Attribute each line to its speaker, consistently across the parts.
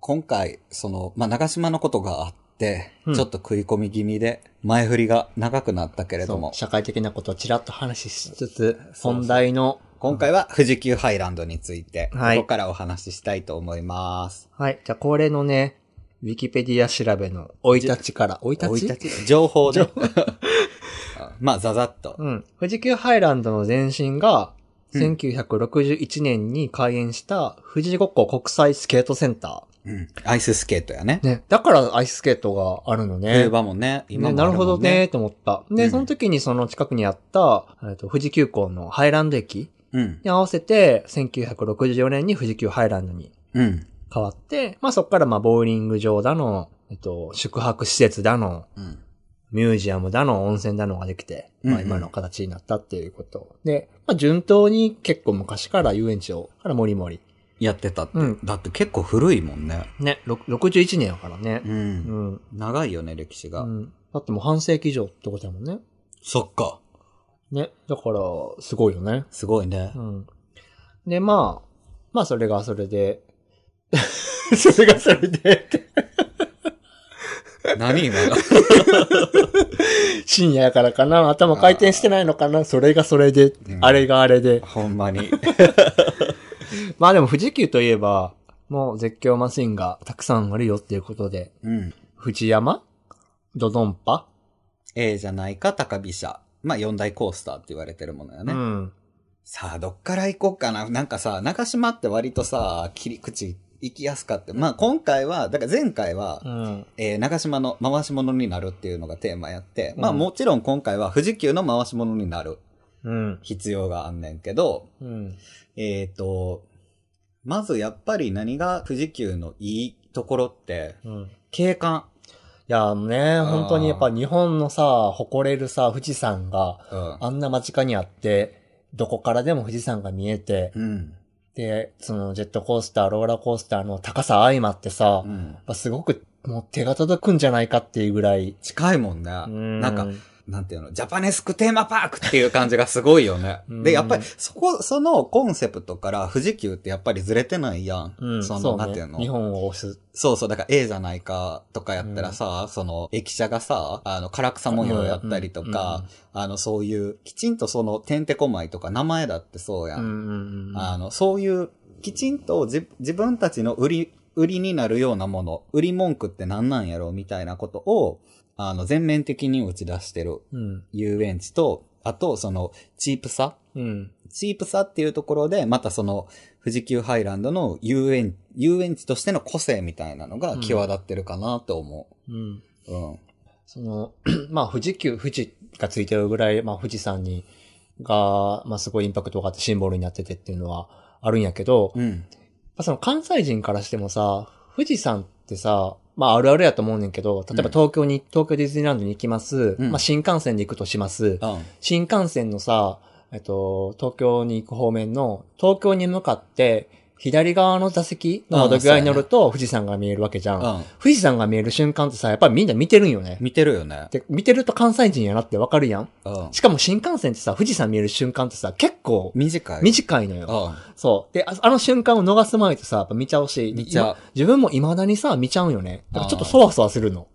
Speaker 1: 今回、その、まあ、長島のことがあって、
Speaker 2: うん
Speaker 1: ちょっと食い込み気味で、前振りが長くなったけれど
Speaker 2: そ
Speaker 1: も
Speaker 2: う、社会的なことをちらっと話しつつ、
Speaker 1: そう
Speaker 2: 本題の、
Speaker 1: 今回は富士急ハイランドについて、こ
Speaker 2: はい
Speaker 1: こからお話ししたいと思います。
Speaker 2: はい、じゃあ恒例のね、ウィキペディア調べの生い立ちから、生い立
Speaker 1: 生
Speaker 2: ち
Speaker 1: い立ち情報で。 あまあ、ざざっと。
Speaker 2: うん。富士急ハイランドの前身が、
Speaker 1: うん
Speaker 2: 1961年に開園した富士五湖国際スケートセンタ
Speaker 1: うん。アイススケートやね
Speaker 2: ー。。ね。だからアイススケートがあるのね。
Speaker 1: 冬場もね、今
Speaker 2: ね、
Speaker 1: も
Speaker 2: な
Speaker 1: あ
Speaker 2: るほ
Speaker 1: も
Speaker 2: ど
Speaker 1: ん
Speaker 2: ね、。と思った。で、
Speaker 1: うん
Speaker 2: その時にその近くにあった、えっと、富士急行のハイランド駅
Speaker 1: うん。
Speaker 2: に合わせて、1964年に富士急ハイランドに
Speaker 1: うん。
Speaker 2: 変わって、まあそこからまあボーリング場だの、えっと、宿泊施設だの、
Speaker 1: うん。
Speaker 2: ミュージアムだの、温泉だのができて、
Speaker 1: う
Speaker 2: まあ
Speaker 1: んうん
Speaker 2: 今の形になったっていうこと。で、まあ順当に結構昔から遊園地を、からもりもり。
Speaker 1: やってたって。
Speaker 2: うん
Speaker 1: だって結構古いもんね。
Speaker 2: ね、ろ61年やからね
Speaker 1: う。。
Speaker 2: うんん。
Speaker 1: 長いよね、歴史
Speaker 2: う
Speaker 1: が。
Speaker 2: ん。だってもう半世紀以上ってことやもんね。
Speaker 1: そっか。
Speaker 2: ね。だから、すごいよね。
Speaker 1: すごいね
Speaker 2: う。ん。で、まあ、まあそれがそれで、 それがそれで、
Speaker 1: 何今の
Speaker 2: 深夜やからかな、頭回転してないのかな、それがそれで、
Speaker 1: うん
Speaker 2: あれがあれで。
Speaker 1: ほんまに。
Speaker 2: まあでも富士急といえば、もう絶叫マシンがたくさんあるよっていうことで、
Speaker 1: うん。
Speaker 2: 富士山ドドンパ、
Speaker 1: A じゃないか、高飛車。まあ、四大コースターって言われてるものやね。
Speaker 2: うん。
Speaker 1: さあ、どっから行こうかな。なんかさ、長島って割とさ、切り口行きやすかった。まあ、今回は、だから前回は、
Speaker 2: うん。
Speaker 1: えー長島の回し物になるっていうのがテーマやって、まあ
Speaker 2: うん
Speaker 1: もちろん今回は富士急の回し物になる
Speaker 2: うん。
Speaker 1: 必要があんねんけど、
Speaker 2: うん。
Speaker 1: えっ、と、まずやっぱり何が富士急のいいところって、
Speaker 2: うん。
Speaker 1: 景観。
Speaker 2: いや、ね、本当にやっぱ日本のさ、誇れるさ、富士山が
Speaker 1: うん。
Speaker 2: あんな間近にあって、どこからでも富士山が見えて、
Speaker 1: うん。
Speaker 2: で、そのジェットコースター、ローラーコースターの高さ相まってさ、
Speaker 1: う
Speaker 2: やっ
Speaker 1: ん。
Speaker 2: ぱすごくもう手が届くんじゃないかっていうぐらい、
Speaker 1: 近いもんね。
Speaker 2: うん
Speaker 1: なんか、、なんていうの、ジャパネスクテーマパークっていう感じがすごいよね。
Speaker 2: うん
Speaker 1: で、やっぱり、そこ、そのコンセプトから富士急ってやっぱりずれてないやん。
Speaker 2: うん、
Speaker 1: そ
Speaker 2: そ
Speaker 1: の、
Speaker 2: う
Speaker 1: なん
Speaker 2: ね
Speaker 1: ていうの
Speaker 2: 日本を押す。
Speaker 1: そうそう、だから A じゃないかとかやったらさ、その、駅舎がさ、あの、唐草模様やったりとか、あの、そういう、きちんとその、てんてこまいとか名前だってそうや。
Speaker 2: うんん、うんうんうんうん。
Speaker 1: あの、そういう、きちんとじ自分たちの売り、売りになるようなもの、売り文句って何なんやろうみたいなことを、あの、全面的に打ち出してる
Speaker 2: うん。
Speaker 1: 遊園地と、あと、その、チープさ
Speaker 2: うん。
Speaker 1: チープさっていうところで、またその、富士急ハイランドの遊園、遊園地としての個性みたいなのが際立ってるかなと思
Speaker 2: うん。
Speaker 1: う。うん。
Speaker 2: その、 まあ、富士急、富士がついてるぐらい、まあ、富士山に、が、まあ、すごいインパクトがあってシンボルになっててっていうのはあるんやけど、
Speaker 1: うん。
Speaker 2: まあその関西人からしてもさ、富士山ってさ、まあ、あるあるやと思うねんけど、例えば東京に、東京ディズニーランドに行きます、
Speaker 1: うん
Speaker 2: まあ、新幹線で行くとします、
Speaker 1: うん。
Speaker 2: 新幹線のさ、えっと、東京に行く方面の、東京に向かって、左側の座席の窓際に乗ると富士山が見えるわけじゃん。
Speaker 1: うん。
Speaker 2: 富士山が見える瞬間ってさ、やっぱりみんな見てるんよね。
Speaker 1: 見てるよね。
Speaker 2: で、見てると関西人やなってわかるやん。
Speaker 1: うん。
Speaker 2: しかも新幹線ってさ、富士山見える瞬間ってさ、結構
Speaker 1: 短い。
Speaker 2: 短いの
Speaker 1: う
Speaker 2: よ。
Speaker 1: ん。
Speaker 2: そう。で、ああの瞬間を逃すまいとさ、やっぱ見ちゃうし、
Speaker 1: 見ちゃう
Speaker 2: 今自分も未だにさ、見ちゃうんよね。だからちょっとそわそわするの。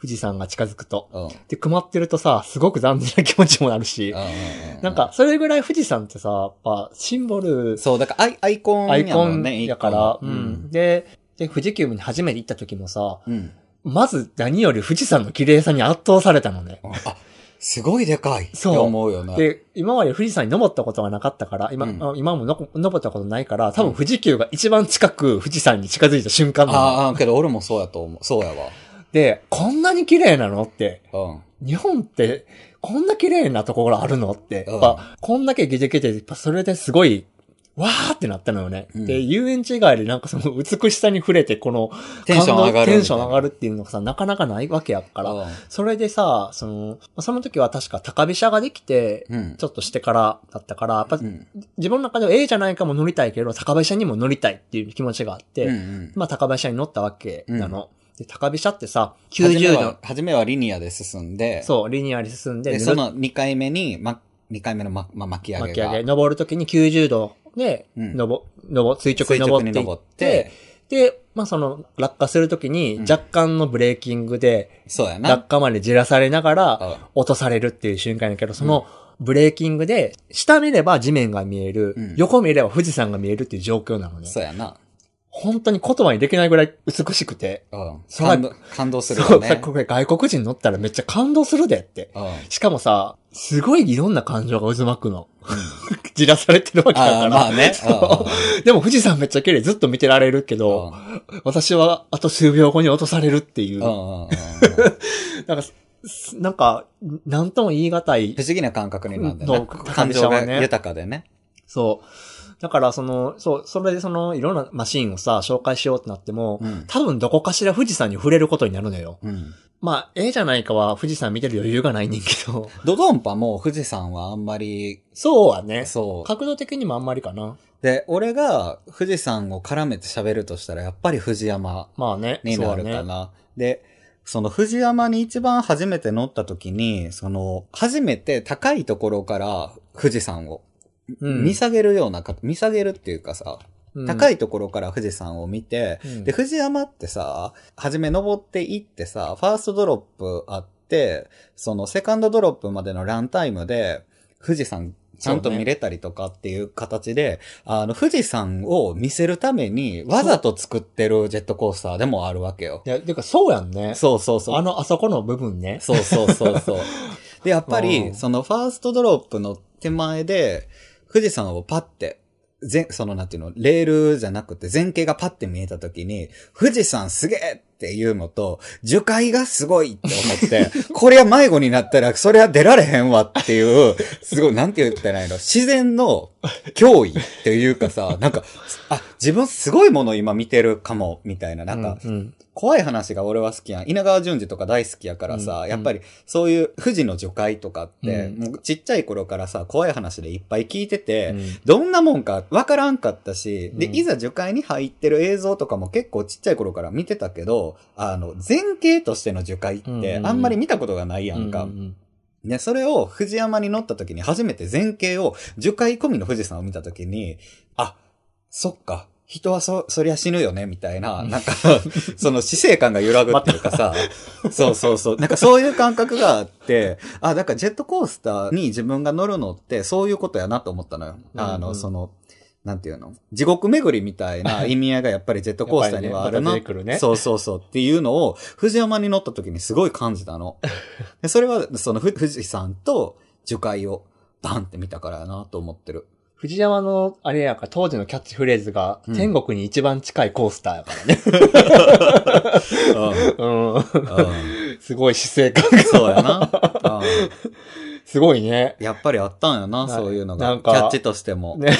Speaker 2: 富士山が近づくと。
Speaker 1: うん。うん。
Speaker 2: で、曇ってるとさ、すごく残念な気持ちもなるし。
Speaker 1: う
Speaker 2: なん、か、それぐらい富士山ってさ、やっぱ、シンボル、
Speaker 1: そう、だからアイアイコン
Speaker 2: アイ
Speaker 1: やも
Speaker 2: コ
Speaker 1: ん
Speaker 2: ン
Speaker 1: ね、
Speaker 2: やから、
Speaker 1: う
Speaker 2: うん。
Speaker 1: ん。
Speaker 2: で、で、富士急に初めて行った時もさ、
Speaker 1: うん。
Speaker 2: まず何より富士山の綺麗さに圧倒されたのね。
Speaker 1: あ、すごいでかい。
Speaker 2: そう
Speaker 1: って思うよね。
Speaker 2: で、今まで富士山に登ったことがなかったから、今、
Speaker 1: うん
Speaker 2: あ今ものこ登ったことないから、多分富士急が一番近く富士山に近づいた瞬間なの。
Speaker 1: ああ、けど俺もそうやと思う。そうや
Speaker 2: で、こんなに綺麗なのって、
Speaker 1: わ。うん。
Speaker 2: 日本って、こんな綺麗なところあるのって、
Speaker 1: うん
Speaker 2: やっぱ、こんだけゲテゲテ、やっぱそれですごい、わーってなったのよね。
Speaker 1: うん
Speaker 2: で、遊園地以外でなんかその美しさに触れて、この、
Speaker 1: テンション上がる。
Speaker 2: テンション上
Speaker 1: る
Speaker 2: がるっていうのがさ、なかなかないわけやか、。
Speaker 1: から
Speaker 2: それでさ、その、その時は確か高飛車ができて、
Speaker 1: うん。
Speaker 2: ちょっとしてからだったから、やっぱ
Speaker 1: うん。
Speaker 2: 自分の中では A じゃないかも乗りたいけど、高飛車にも乗りたいっていう気持ちがあって、
Speaker 1: うん。
Speaker 2: まあ高飛車に乗ったわけなの。で、高飛車ってさ、
Speaker 1: 初め
Speaker 2: 90
Speaker 1: は
Speaker 2: 度、
Speaker 1: 初めはリニアで進んで、
Speaker 2: そう、リニアに進んで、
Speaker 1: で、
Speaker 2: ぬ
Speaker 1: そ
Speaker 2: る
Speaker 1: の2回目に、ま、2回目のま、ま、巻き上げが。
Speaker 2: 巻き上げ、登るときに90度で、
Speaker 1: うん
Speaker 2: のぼ、のぼ、垂直に
Speaker 1: 垂直
Speaker 2: 登
Speaker 1: に
Speaker 2: ってい
Speaker 1: 登
Speaker 2: っ
Speaker 1: ってて、、
Speaker 2: で、まあその落下するときに
Speaker 1: うん
Speaker 2: 若干のブレーキングで
Speaker 1: そうやな。
Speaker 2: 落下までじらされながら
Speaker 1: あ
Speaker 2: 落とされるっていう瞬間だけど、そのブレーキングで下見れば地面が見える、
Speaker 1: うん
Speaker 2: 横見れば富士山が見えるっていう状況なのね。
Speaker 1: そうやな。
Speaker 2: 本当に言葉にできないぐらい美しくて。
Speaker 1: うん。
Speaker 2: そう
Speaker 1: 感動、感動する
Speaker 2: そ
Speaker 1: よ
Speaker 2: う、さ
Speaker 1: ね。
Speaker 2: これ外国人乗ったらめっちゃ感動するでって。
Speaker 1: うん。
Speaker 2: しかもさ、すごいいろんな感情が渦巻くの。 じらされてるわけだ
Speaker 1: あ
Speaker 2: から。
Speaker 1: あ、まあね。
Speaker 2: そうでも富士山めっちゃ綺麗ずっと見てられるけ
Speaker 1: うん
Speaker 2: ど、私はあと数秒後に落とされるっていうう。
Speaker 1: んうんうんうん
Speaker 2: なんか、すなんか、なんとも言い難い
Speaker 1: 不。思議な感覚になるんだよ
Speaker 2: ど
Speaker 1: ね
Speaker 2: う。
Speaker 1: 感情が豊かでね。
Speaker 2: そう。だから、その、そう、それでその、いろんなマシーンをさ、紹介しようってなっても、
Speaker 1: うん。
Speaker 2: 多分どこかしら富士山に触れることになるのよ。
Speaker 1: うん。
Speaker 2: まあ、ええじゃないかは富士山見てる余裕がないねんけど。
Speaker 1: ドドンパも富士山はあんまり、
Speaker 2: そうはね。
Speaker 1: そう。
Speaker 2: 角度的にもあんまりかな。
Speaker 1: で、俺が富士山を絡めて喋るとしたら、やっぱり富士山
Speaker 2: まあね。
Speaker 1: に
Speaker 2: そう
Speaker 1: な
Speaker 2: は
Speaker 1: るか
Speaker 2: ね。
Speaker 1: な。で、その富士山に一番初めて乗った時に、その、初めて高いところから富士山を
Speaker 2: うん
Speaker 1: 見下げるようなか、見下げるっていうかさ、高
Speaker 2: い。
Speaker 1: いところから富士山を見て、
Speaker 2: うん
Speaker 1: で、富士山ってさ、初め登っていってさ、ファーストドロップあって、そのセカンドドロップまでのランタイムで、富士山ちゃんと見れたりとかっていう形で、あの、富士山を見せるために、わざと作ってるジェットコースターでもあるわけよ
Speaker 2: い。や、てかそうやんね。
Speaker 1: そうそうそう。
Speaker 2: あの、あそこの部分ね。
Speaker 1: そうそうそうそう。 で、やっぱ
Speaker 2: う
Speaker 1: り、
Speaker 2: ん
Speaker 1: そのファーストドロップの手前で、富士山をパッて、全、そのなんていうの、レールじゃなくて前景がパッて見えた時に、富士山すげえっていうのと、樹海がすごいって 思って、これは迷子になったら、それは出られへんわっていう、すごい、なんて言ったらいいの、自然の脅威っていうかさ、なんか、あ、自分すごいもの今見てるかも、みたいな、なんか、
Speaker 2: うんうん
Speaker 1: 怖い話が俺は好きやん。稲川淳二とか大好きやからさ、
Speaker 2: うん
Speaker 1: やっぱりそういう富士の樹海とかって、
Speaker 2: うん
Speaker 1: もうちっちゃい頃からさ、怖い話でいっぱい聞いてて、
Speaker 2: うん
Speaker 1: どんなもんかわからんかったし、で、
Speaker 2: うん
Speaker 1: いざ樹海に入ってる映像とかも結構ちっちゃい頃から見てたけど、あの、前景としての樹海っ
Speaker 2: うんうん
Speaker 1: て
Speaker 2: うん
Speaker 1: あんまり見たことがないやんか。
Speaker 2: ううん
Speaker 1: ね、それを富士山に乗った時に初めて前景を、樹海込みの富士山を見た時に、あ、そっか、人はそ、そりゃ死ぬよね、みたいな、
Speaker 2: うん
Speaker 1: なんか、その死生観が揺らぐっていうかさ、そうそうそう、なんかそういう感覚があって、あ、だからジェットコースターに自分が乗るのってそういうことやなと思ったのよ。あ
Speaker 2: うんう
Speaker 1: の、
Speaker 2: ん
Speaker 1: その、なんていうの地獄巡りみたいな意味合いがやっぱりジェットコースターにはあるな
Speaker 2: やっぱりねまた出てくるね
Speaker 1: そうそうそうっていうのを、藤山に乗った時にすごい感じた の。でそれは、そのふ富士山と樹海をバンって見たからやなと思ってる。
Speaker 2: 藤山の、あれやんか、当時のキャッチフレーズが、
Speaker 1: うん
Speaker 2: 天国に一番近いコースターやからね。
Speaker 1: う
Speaker 2: うん
Speaker 1: ん。うん
Speaker 2: ん。 すごい姿勢感が。
Speaker 1: そうやな。うん
Speaker 2: すごいね。
Speaker 1: やっぱりあったんやな、
Speaker 2: い
Speaker 1: そういうの
Speaker 2: な
Speaker 1: が。
Speaker 2: ん
Speaker 1: キ
Speaker 2: か
Speaker 1: ャッチとしても。
Speaker 2: ね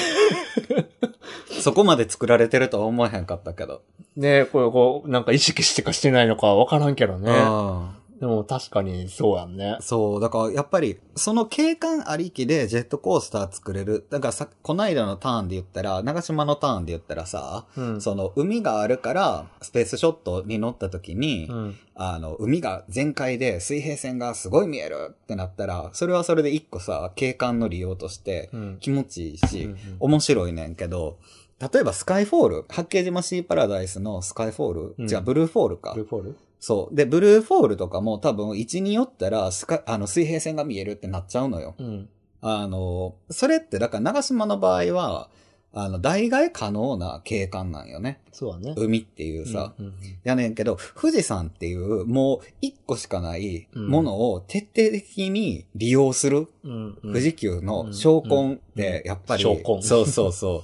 Speaker 1: そこまで作られてるとは思えへんかったけど。
Speaker 2: ねこれ、こう、なんか意識してかしてないのかわからんけどね。
Speaker 1: うん
Speaker 2: でも確かにそうやんね。
Speaker 1: そう、だからやっぱり、その景観ありきでジェットコースター作れる。だからさ、こないだのターンで言ったら、長島のターンで言ったらさ、
Speaker 2: うん。
Speaker 1: その海があるから、スペースショットに乗った時に、
Speaker 2: うん。
Speaker 1: あの、海が全開で水平線がすごい見えるってなったら、それはそれで一個さ、景観の利用として
Speaker 2: うん。
Speaker 1: 気持ちいい
Speaker 2: うんう
Speaker 1: し、
Speaker 2: ん
Speaker 1: 面白いねんけど、例えばスカイフォール、八景島シーパラダイスのスカイフォール、
Speaker 2: うん
Speaker 1: じゃあブルーフォールか。
Speaker 2: ルーポール
Speaker 1: そう。で、ブルーフォールとかも多分1によったらスカ、あの、水平線が見えるってなっちゃうのよ。
Speaker 2: うん。
Speaker 1: あの、それって、だから長島の場合は、あの、代替え可能な景観なんよね。
Speaker 2: そうだね。
Speaker 1: 海っていうさ。
Speaker 2: うんうん
Speaker 1: やねんけど、富士山っていう、もう一個しかないものを徹底的に利用する、
Speaker 2: うん。うん
Speaker 1: 富士急の昇魂って、やっぱり、
Speaker 2: 昇 魂
Speaker 1: そうそうそう。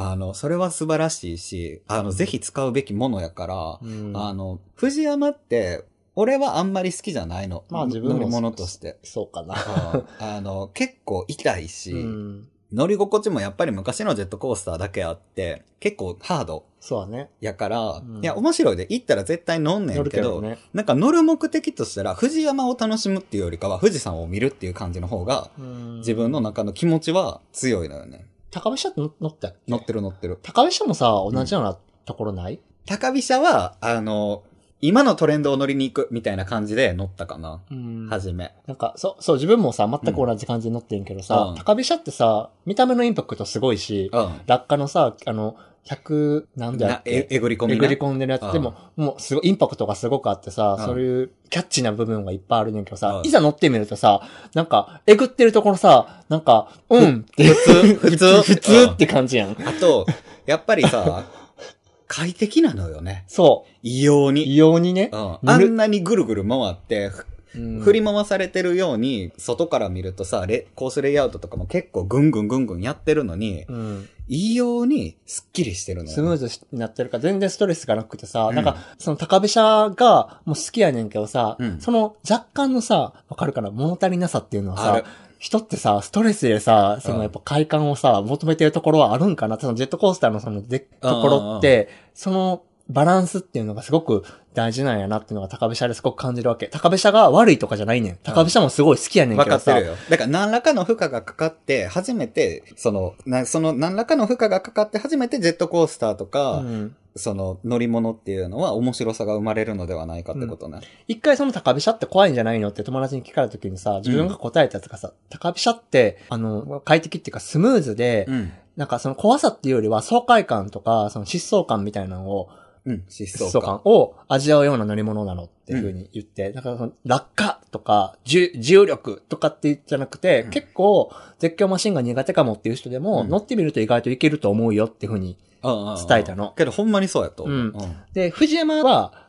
Speaker 1: あの、それは素晴らしいし、あの、ぜひ使うべきものやから、
Speaker 2: うん
Speaker 1: あの、藤山って、俺はあんまり好きじゃないの。
Speaker 2: まあ自分
Speaker 1: 乗
Speaker 2: も
Speaker 1: り物として。
Speaker 2: そうかな。
Speaker 1: あの、結構痛いし、
Speaker 2: うん。
Speaker 1: 乗り心地もやっぱり昔のジェットコースターだけあって、結構ハード
Speaker 2: そうだね。
Speaker 1: やから、
Speaker 2: うん
Speaker 1: いや、面白いで、行ったら絶対乗んね
Speaker 2: 乗
Speaker 1: ん
Speaker 2: る
Speaker 1: け
Speaker 2: け
Speaker 1: ど、
Speaker 2: どね。
Speaker 1: なんか乗る目的としたら、藤山を楽しむっていうよりかは、富士山を見るっていう感じの方が、
Speaker 2: 自
Speaker 1: 自分の。中の気持ちは強いのよね。
Speaker 2: 高飛車って乗乗ったっけ
Speaker 1: 乗ってる乗ってる。
Speaker 2: 高飛車もさ、同じようなところない
Speaker 1: 高飛車は、あの、今のトレンドを乗りに行くみたいな感じで乗ったかな。
Speaker 2: うん
Speaker 1: はじめ。
Speaker 2: なんか、そう、そう、自分もさ、全く同じ感じに乗ってんけどさ、
Speaker 1: うん
Speaker 2: 高飛車ってさ、見た目のインパクトすごいし、
Speaker 1: うん。
Speaker 2: 落下のさ、あの、 100、なんだ
Speaker 1: な
Speaker 2: っけ
Speaker 1: え、えぐり込み
Speaker 2: え
Speaker 1: な。
Speaker 2: ぐり込んでるや
Speaker 1: あ
Speaker 2: つ。
Speaker 1: あ
Speaker 2: でも、もうすごい、インパクトがすごくあってさ、
Speaker 1: うん
Speaker 2: そういうキャッチーな部分がいっぱいあるねんけど
Speaker 1: う
Speaker 2: さ
Speaker 1: ん、
Speaker 2: いざ乗ってみるとさ、なんか、えぐってるところさ、なんか、うんって、
Speaker 1: 普 通、普通、
Speaker 2: 普通って感じや
Speaker 1: う
Speaker 2: ん。
Speaker 1: ん。あと、やっぱりさ、快適なのよね。
Speaker 2: そ
Speaker 1: 異様
Speaker 2: う。
Speaker 1: に。
Speaker 2: 異様にね
Speaker 1: う。ん。
Speaker 2: ぬ
Speaker 1: あ
Speaker 2: る
Speaker 1: んなにぐるぐる回って、ふ
Speaker 2: うん
Speaker 1: 振り回されてるように、外から見るとさ、レコースレイアウトとかも結構ぐんぐんぐんぐんやってるのに、
Speaker 2: うん。
Speaker 1: 異様にスッキリしてるのよね。
Speaker 2: スムーズになってるから全然ストレスがなくてさ、
Speaker 1: うん
Speaker 2: なんか、その高飛車がもう好きやねんけどさ、
Speaker 1: うん
Speaker 2: その若干のさ、わかるかな、物足りなさっていうのは
Speaker 1: あ
Speaker 2: さ
Speaker 1: る、
Speaker 2: 人ってさ、ストレスでさ、そ
Speaker 1: うん
Speaker 2: のやっぱ快感をさ、求めてるところはあるんかなそのジェットコースターのそのでところって、そのバランスっていうのがすごく大事なんやなっていうのが高飛車ですごく感じるわけ。高飛車が悪いとかじゃないねん。高飛車もすごい好きやねん
Speaker 1: 分
Speaker 2: け
Speaker 1: か
Speaker 2: ど
Speaker 1: っ
Speaker 2: さ
Speaker 1: てる。よ。だから何らかの負荷がかかって、初めて、その、なその何らかの負荷がかかって、初めてジェットコースターとか、
Speaker 2: うん
Speaker 1: その乗り物っていうのは面白さが生まれるのではないかってことね。
Speaker 2: 一回その高飛車って怖いんじゃないのって友達に聞かれた時にさ、自分が答えたやつがさ、高飛車って、あの、快適っていうかスムーズで、
Speaker 1: うん。
Speaker 2: なんかその怖さっていうよりは爽快感とか、その疾走感みたいなのを、
Speaker 1: うん。疾
Speaker 2: 疾
Speaker 1: 走
Speaker 2: 走
Speaker 1: 感。
Speaker 2: 感を味わうような乗り物なのっていうふうに言って、だからその落下とか重重力とかってじゃなくて、
Speaker 1: うん
Speaker 2: 結構絶叫マシンが苦手かもっていう人でも、
Speaker 1: うん
Speaker 2: 乗ってみると意外といけると思うよっていうふうに
Speaker 1: うんうんうん
Speaker 2: 伝えたの
Speaker 1: けどほんまにそうやと思う。
Speaker 2: うんで、藤山は、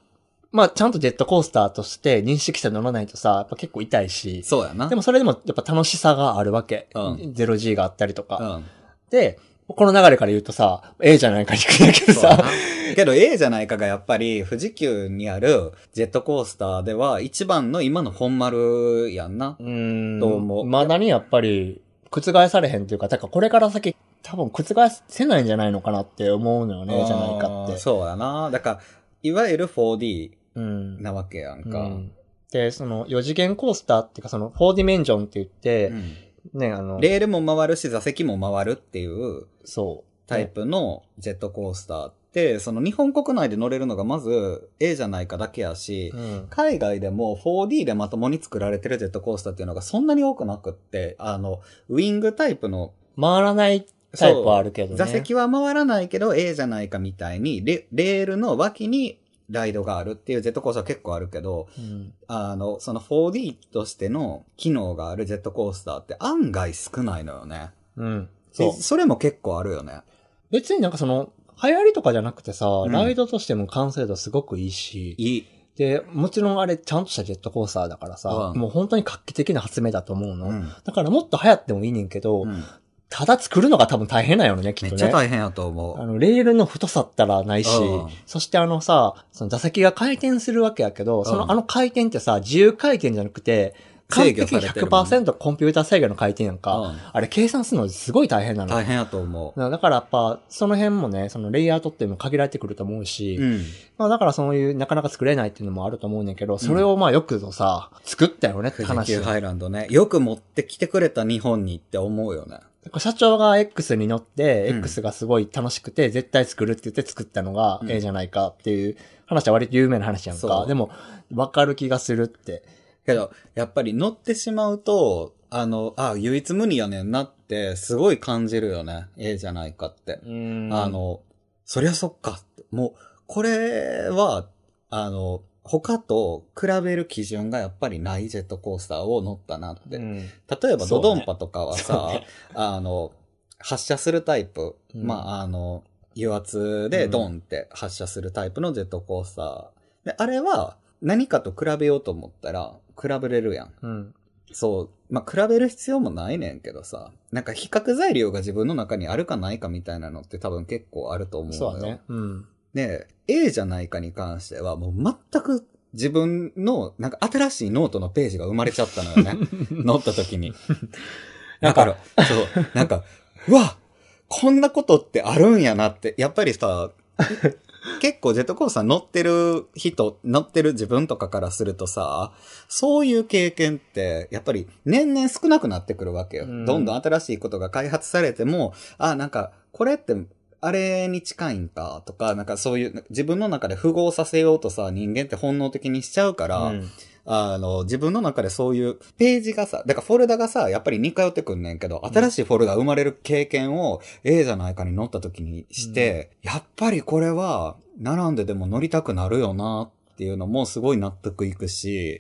Speaker 2: まあ、ちゃんとジェットコースターとして認識して乗らないとさ、やっぱ結構痛いし、
Speaker 1: そうやな。
Speaker 2: でもそれでもやっぱ楽しさがあるわけ。
Speaker 1: うん
Speaker 2: 0G があったりと
Speaker 1: う
Speaker 2: か。
Speaker 1: ん。
Speaker 2: で、この流れから言うとさ、A じゃないかに行くんだけど
Speaker 1: そうやな
Speaker 2: さ、
Speaker 1: けど A じゃないかがやっぱり富士急にあるジェットコースターでは一番の今の本丸やんな。
Speaker 2: うーん
Speaker 1: どうも
Speaker 2: まだにやっぱり、覆されへんっていうか、だからこれから先、多分覆せないんじゃないのかなって思うのよね、じゃないかっ
Speaker 1: あー
Speaker 2: て。
Speaker 1: そうやな。だから、いわゆる 4D
Speaker 2: うん。
Speaker 1: なわけやん
Speaker 2: う
Speaker 1: か。
Speaker 2: んで、その、4次元コースターっていうか、その、4ディメンジョンって言って、
Speaker 1: うん
Speaker 2: ね、あの、
Speaker 1: レールも回るし、座席も回るっていう
Speaker 2: そう。
Speaker 1: タイプのジェットコースターって、その日本国内で乗れるのがまず A じゃないかだけやし、
Speaker 2: うん。
Speaker 1: 海外でも 4D でまともに作られてるジェットコースターっていうのがそんなに多くなくって、あの、ウィングタイプの
Speaker 2: 回らないタイプはあるけどね。
Speaker 1: 座席は回らないけど A じゃないかみたいにレ、レールの脇にライドがあるっていうジェットコースター結構あるけど、
Speaker 2: うん、
Speaker 1: あの、その 4D としての機能があるジェットコースターって案外少ないのよね。
Speaker 2: うん。
Speaker 1: で
Speaker 2: そう。
Speaker 1: それも結構あるよね。
Speaker 2: 別になんかその、流行りとかじゃなくてさ、
Speaker 1: ん
Speaker 2: ライドとしても完成度すごくいいし、
Speaker 1: いい。
Speaker 2: で、もちろんあれちゃんとしたジェットコースターだからさ、
Speaker 1: うん
Speaker 2: もう本当に画期的な発明だと思うの。
Speaker 1: うん。
Speaker 2: だからもっと流行ってもいいねんけど、
Speaker 1: うん
Speaker 2: ただ作るのが多分大変なんやろね、き
Speaker 1: め
Speaker 2: っ
Speaker 1: っ
Speaker 2: と
Speaker 1: ちゃ
Speaker 2: ね。
Speaker 1: 大変やと思
Speaker 2: あ
Speaker 1: う。
Speaker 2: の、レールの太さったらないし
Speaker 1: うん、
Speaker 2: そしてあのさ、その座席が回転するわけやけど、そ
Speaker 1: うん
Speaker 2: のあの回転ってさ、自由回転じゃなくて、完璧
Speaker 1: 制御されてるもんね
Speaker 2: 100%コンピューター制御の回転やんか。
Speaker 1: うん
Speaker 2: あれ計算するのすごい大変なの。
Speaker 1: 大変やと思
Speaker 2: なだからやっぱ、その辺もね、そのレイアウトっていうのも限られてくると思うし、
Speaker 1: う。うん。
Speaker 2: まあだからそういう、なかなか作れないっていうのもあると思うねんけど、それをまあよくぞさ、作ったよねって
Speaker 1: 富士
Speaker 2: 話。
Speaker 1: 急
Speaker 2: だか
Speaker 1: ハイランドね。よく持ってきてくれた日本にって思うよね。
Speaker 2: ら社長が X に乗って、
Speaker 1: うん
Speaker 2: X がすごい楽しくて、絶対作るって言って作ったのが
Speaker 1: う、ん
Speaker 2: ええじゃないかっていう話は割と有名な話やん
Speaker 1: そ
Speaker 2: か。
Speaker 1: う
Speaker 2: でも、わかる気がするって。
Speaker 1: けど、やっぱり乗ってしまうと、あの、あ、唯一無二やねんなって、すごい感じるよね。ええじゃないかって。あ
Speaker 2: あ、
Speaker 1: の、そりゃそっかって。もう、これは、あの、他と比べる基準がやっぱりないジェットコースターを乗ったなって。例
Speaker 2: うん
Speaker 1: えばドドンパとかは
Speaker 2: そう
Speaker 1: さ、
Speaker 2: ね
Speaker 1: あの、発射するタイプ。
Speaker 2: うん
Speaker 1: まあ、あの、油圧でドンって発射するタイプのジェットコースター。で、あれは何かと比べようと思ったら、比べれるやん。
Speaker 2: うん。
Speaker 1: そう。まあ、比べる必要もないねんけどさ。なんか比較材料が自分の中にあるかないかみたいなのって多分結構あると思うのよ。
Speaker 2: そうだね。うん。
Speaker 1: で、A じゃないかに関しては、もう全く自分の、なんか新しいノートのページが生まれちゃったのよ ね。乗った時に。だ
Speaker 2: なんか
Speaker 1: から、そう、なんか、うわこんなことってあるんやなって、やっぱりさ、結構ジェットコースター乗ってる人、乗ってる自分とかからするとさ、そういう経験って、やっぱり年々少なくなってくるわけよ。
Speaker 2: うん
Speaker 1: どんどん新しいことが開発されても、あ、なんか、これって、あれに近いんかとか、なんかそういう、自分の中で符合させようとさ、人間って本能的にしちゃうから、
Speaker 2: うん
Speaker 1: あの、自分の中でそういうページがさ、だからフォルダがさ、やっぱり似通ってくんねんけど、新しいフォルダ生まれる経験を映画なんかに乗った時にして、やっぱりこれは、並んででも乗りたくなるよなっていうのもすごい納得いくし、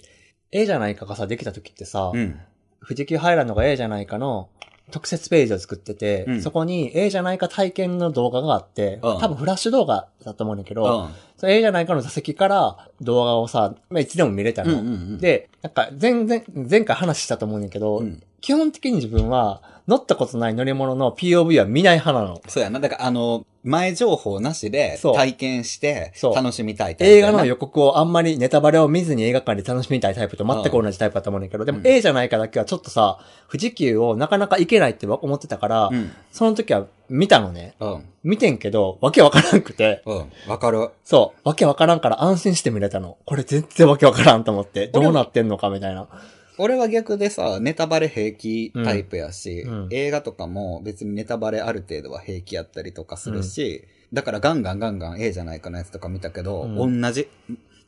Speaker 2: ええじゃないかがさ、できた時ってさ、
Speaker 1: うん。
Speaker 2: 富士急ハイランドがええじゃないかの特設ページを作ってて、
Speaker 1: うん
Speaker 2: そこにええじゃないか体験の動画があって、
Speaker 1: うん
Speaker 2: 多分フラッシュ動画だと思うんだ
Speaker 1: う
Speaker 2: け
Speaker 1: ん。
Speaker 2: ど、そのええじゃないかの座席から動画をさ、まあ、いつでも見れた
Speaker 1: うん
Speaker 2: の。
Speaker 1: うんうん。、
Speaker 2: で、なんか前、前、前回話したと思うんだけど、
Speaker 1: うん。
Speaker 2: 基本的に自分は乗ったことない乗り物の POV は見ない派なの。
Speaker 1: そうやな。だから、あの、前情報なしで
Speaker 2: そう
Speaker 1: 体験して
Speaker 2: そう
Speaker 1: 楽しみたいタイプ
Speaker 2: 映
Speaker 1: や
Speaker 2: 画
Speaker 1: な
Speaker 2: の予告をあんまりネタバレを見ずに映画館で楽しみたいタイプと全く同じタイプだと思うんだけど、でも
Speaker 1: うん
Speaker 2: A じゃないかだけはちょっとさ、富士急をなかなか行けないって思ってたから、
Speaker 1: うん。
Speaker 2: その時は見たのね。
Speaker 1: うん。
Speaker 2: 見てんけど、わけわからんくて。
Speaker 1: うん。わかる。
Speaker 2: そう。わけわからんから安心して見れたの。これ全然わけわからんと思って。ど
Speaker 1: 俺も
Speaker 2: うなってんのかみたいな。
Speaker 1: 俺は逆でさ、ネタバレ平気タイプやし、
Speaker 2: うんうん
Speaker 1: 映画とかも別にネタバレある程度は平気やったりとかするし、だからガンガンガンガン A じゃないかのやつとか見たけど、
Speaker 2: うん
Speaker 1: 同じ。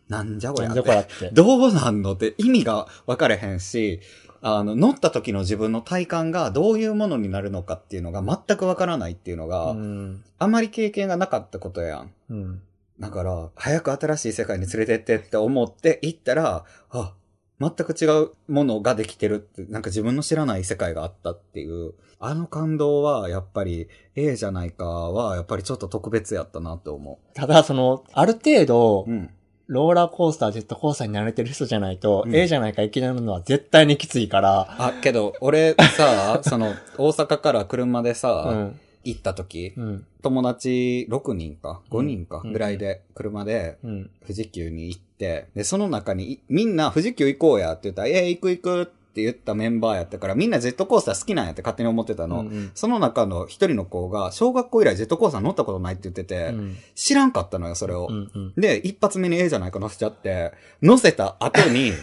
Speaker 1: なんじゃこりゃ
Speaker 2: な
Speaker 1: っ
Speaker 2: ん
Speaker 1: て
Speaker 2: でこれって。
Speaker 1: どうなんのって意味が分かれへんし、あの、乗った時の自分の体感がどういうものになるのかっていうのが全く分からないっていうのが、
Speaker 2: うん。
Speaker 1: あまり経験がなかったことやん。
Speaker 2: うん。
Speaker 1: だから、早く新しい世界に連れてってって思って行ったら、あ、全く違うものができてるって、なんか自分の知らない世界があったっていう、あの感動はやっぱり、A じゃないかは、やっぱりちょっと特別やったなって思
Speaker 2: ただ、その、ある程度
Speaker 1: う。う、ん。
Speaker 2: ローラーコースター、ジェットコースターに慣れてる人じゃないと
Speaker 1: う、ん
Speaker 2: A じゃないか行きなるのは絶対にきついから、
Speaker 1: あ、けど、俺 さ、その、大阪から車でさ、
Speaker 2: うん。
Speaker 1: 行った時、
Speaker 2: うん。
Speaker 1: 友達6人か、5人か、
Speaker 2: うん
Speaker 1: ぐらいで、車で、
Speaker 2: うん。
Speaker 1: 富士急に行って、で、その中にい、みんな富士急行こうやって言ったら、えー、行く行くって言ったメンバーやったから、みんなジェットコースター好きなんやって勝手に思ってたの。
Speaker 2: うん
Speaker 1: その中の一人の子が、小学校以来ジェットコースター乗ったことないって言ってて、
Speaker 2: うん
Speaker 1: 知らんかったのよ、それを。
Speaker 2: うんうん
Speaker 1: で、一発目にええじゃないか乗せちゃって、乗せた後 に、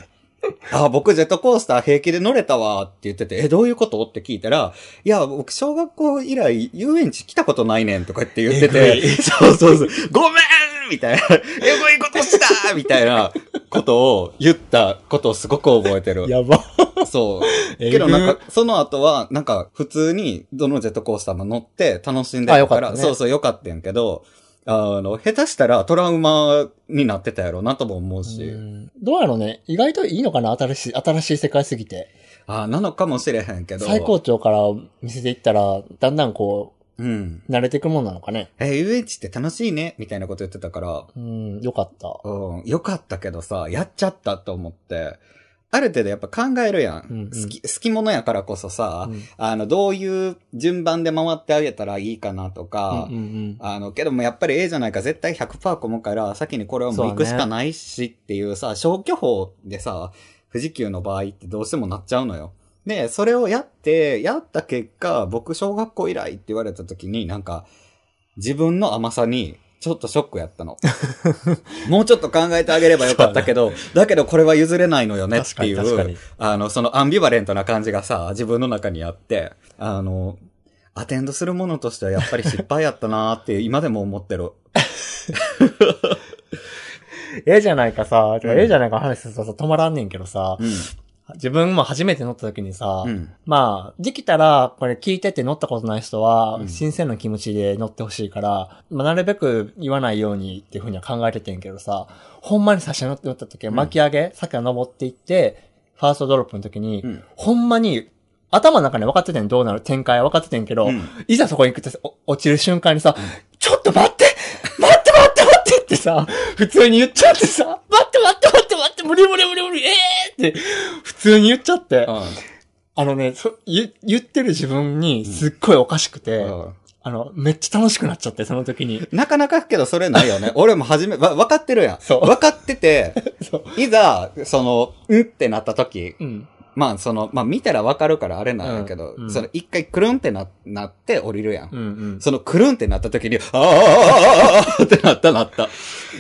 Speaker 1: あ、僕ジェットコースター平気で乗れたわって言ってて、え、どういうことって聞いたら、いや、僕小学校以来遊園地来たことないねんとかって言って
Speaker 2: え
Speaker 1: て
Speaker 2: ぐ、い
Speaker 1: そうそうそう、ごめんみたいな、えぐいことしたみたいなことを言ったことをすごく覚えてる。
Speaker 2: やば。
Speaker 1: そう。
Speaker 2: えぐ
Speaker 1: けどなんか、その後は、なんか、普通に、どのジェットコースターも乗って楽しんで
Speaker 2: あ
Speaker 1: る
Speaker 2: よ
Speaker 1: か
Speaker 2: かった
Speaker 1: ら、
Speaker 2: ね
Speaker 1: そうそう、よかったんやけど、あの、下手したらトラウマになってたやろうなとも思うし、
Speaker 2: うんどうやろうね。意外といいのかな新しい、新しい世界すぎて。
Speaker 1: あなのかもしれへんけど、
Speaker 2: 最高潮から見せていったら、だんだんこ
Speaker 1: うん。
Speaker 2: う、慣れていくもんなのかね。
Speaker 1: え、遊園地って楽しいねみたいなこと言ってたから、
Speaker 2: うん、よかった。
Speaker 1: うん、よかったけどさ、やっちゃったと思って、ある程度やっぱ考えるやん。
Speaker 2: うんうん
Speaker 1: 好き、好き者やからこそさ、
Speaker 2: うん
Speaker 1: あの、どういう順番で回ってあげたらいいかなとか、
Speaker 2: うんうん
Speaker 1: あの、けどもやっぱり A じゃないか絶対100%混むから、先にこれはもう行くしかないしっていうさ、消去法でさ、富士急の場合ってどうしてもなっちゃうのよ。で、それをやって、やった結果、僕小学校以来って言われた時になんか、自分の甘さに、ちょっとショックやったの。 もうちょっと考えてあげればよかったけど、だけどこれは譲れないのよ
Speaker 2: うん
Speaker 1: ねっ
Speaker 2: 確か
Speaker 1: てい
Speaker 2: に確かに
Speaker 1: う、。あの、そのアンビバレントな感じがさ、自分の中にあって、あの、アテンドするものとしてはやっぱり失敗やったなーって 今でも思ってる。
Speaker 2: ええじゃないかさ、てか
Speaker 1: うん
Speaker 2: ええじゃないか話するとさ、止まらんねんけどさ、
Speaker 1: うん。
Speaker 2: 自分も初めて乗った時にさ、
Speaker 1: うん。
Speaker 2: まあ、できたら、これ聞いてて乗ったことない人は
Speaker 1: う、ん
Speaker 2: 新鮮な気持ちで乗ってほしいから、まあ、なるべく言わないようにっていうふうには考えててんけどさ、ほんまに最初に乗って乗った時は
Speaker 1: うん
Speaker 2: 巻き上げ、さっきは登っていって、ファーストドロップの時に、
Speaker 1: うん。
Speaker 2: ほんまに、頭の中で分かっててん、どうなる展開は分かっててんけど、
Speaker 1: うん
Speaker 2: いざそこに行くと、お落ちる瞬間にさ、ちょっと待って待って待って待ってってさ、普通に言っちゃってさ、待って待って待って待って、無理無理無理無理、えーって、普通に言っちゃって、あのね、そ言言ってる自分にすっごいおかしくて、
Speaker 1: うん
Speaker 2: あの、めっちゃ楽しくなっちゃって、その時に。
Speaker 1: なかなかけどそれないよね。 俺も初め、わ、分かってるやん。
Speaker 2: そう
Speaker 1: 分かってて、
Speaker 2: そう。
Speaker 1: いざ、その、うんってなった時、
Speaker 2: うん。
Speaker 1: まあその、まあ見たら分かるからあれなんやけど、
Speaker 2: うんうん
Speaker 1: その一回くるんってな、なって降りるやん。
Speaker 2: うんうん。
Speaker 1: そのくるんってなった時に、あーあーあーあーあーってなったなった。
Speaker 2: い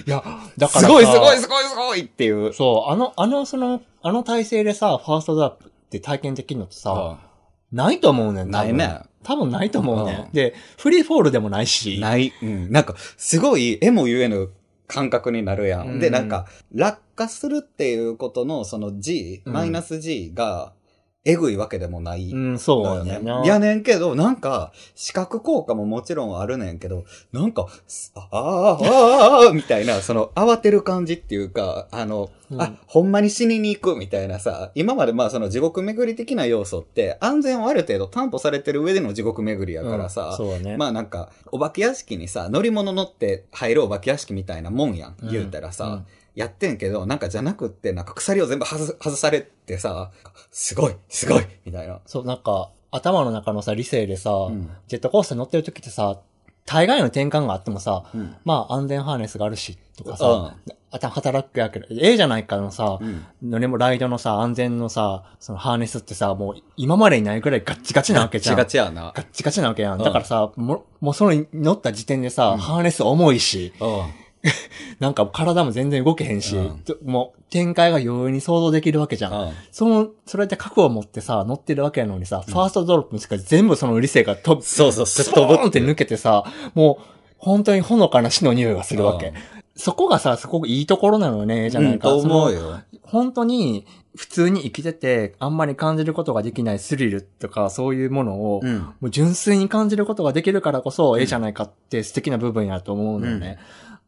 Speaker 2: や、だからさ
Speaker 1: すごいすごいすごいすごいっていう。
Speaker 2: そう、あの、あの、その、あの体勢でさ、ファーストドアップって体験できるのってさ、ないと思うねん、多分
Speaker 1: ないね。
Speaker 2: 多分ないと思うね
Speaker 1: うん
Speaker 2: ん。で、フリーフォールでもないし。
Speaker 1: ない、うん。なんか、すごい、絵もゆえぬ感覚になるやん。
Speaker 2: うん
Speaker 1: で、なんか、落化するっていうことの、その G、
Speaker 2: うん
Speaker 1: マイナス G が、えぐいわけでもない。
Speaker 2: うん、そう
Speaker 1: だ
Speaker 2: や
Speaker 1: よ
Speaker 2: な。
Speaker 1: ね。やねんけど、なんか、視覚効果ももちろんあるねんけど、なんか、すああ、ああ、ああ、みたいな、その、慌てる感じっていうか、あの、
Speaker 2: うん
Speaker 1: あ、ほんまに死にに行くみたいなさ、今までまあその地獄巡り的な要素って、安全をある程度担保されてる上での地獄巡りやから
Speaker 2: うん
Speaker 1: さ、
Speaker 2: そうやね。
Speaker 1: まあなんか、お化け屋敷にさ、乗り物乗って入るお化け屋敷みたいなもんやん、
Speaker 2: うん
Speaker 1: 言うたらさ、
Speaker 2: うん
Speaker 1: やってんけど、なんかじゃなくって、なんか鎖を全部外す外されてさ、すごい、すごい、みたいな。
Speaker 2: そう、なんか、頭の中のさ、理性でさ、
Speaker 1: うん
Speaker 2: ジェットコースター乗ってる時ってさ、大概の転換があってもさ、
Speaker 1: うん。
Speaker 2: まあ安全ハーネスがあるし、とかさ、あた働くやけど、ええじゃないかのさ
Speaker 1: う、ん。
Speaker 2: 乗りもライドのさ、安全のさ、そのハーネスってさ、もう今までにないくらいガッチガチなわけじゃん。
Speaker 1: ガチガチやな。
Speaker 2: ガッチガチなわけやん。
Speaker 1: うん
Speaker 2: だからさ、ももうそれに乗った時点でさ、
Speaker 1: うん
Speaker 2: ハーネス重いし、
Speaker 1: う
Speaker 2: なんか体も全然動けへんし、
Speaker 1: うん
Speaker 2: ちょもう展開が容易に想像できるわけじゃん。
Speaker 1: ん。うん。
Speaker 2: その、それって覚悟を持ってさ、乗ってるわけやのにさ、ファーストドロップにしか全部その理性が飛ぶ、
Speaker 1: そうそう、す
Speaker 2: ス
Speaker 1: っ
Speaker 2: ポ
Speaker 1: 飛
Speaker 2: ー
Speaker 1: ぶ
Speaker 2: ンって抜けてさ、もう、本当にほのかな死の匂いがするわけ。
Speaker 1: うん
Speaker 2: そこがさ、すごくいいところなのね、じゃないか。
Speaker 1: うんと思う
Speaker 2: その
Speaker 1: よ。
Speaker 2: 本当に、普通に生きてて、あんまり感じることができないスリルとか、そういうものを、
Speaker 1: うん。
Speaker 2: もう純粋に感じることができるからこそ、
Speaker 1: ん
Speaker 2: ええじゃないかって素敵な部分やと思うのよね。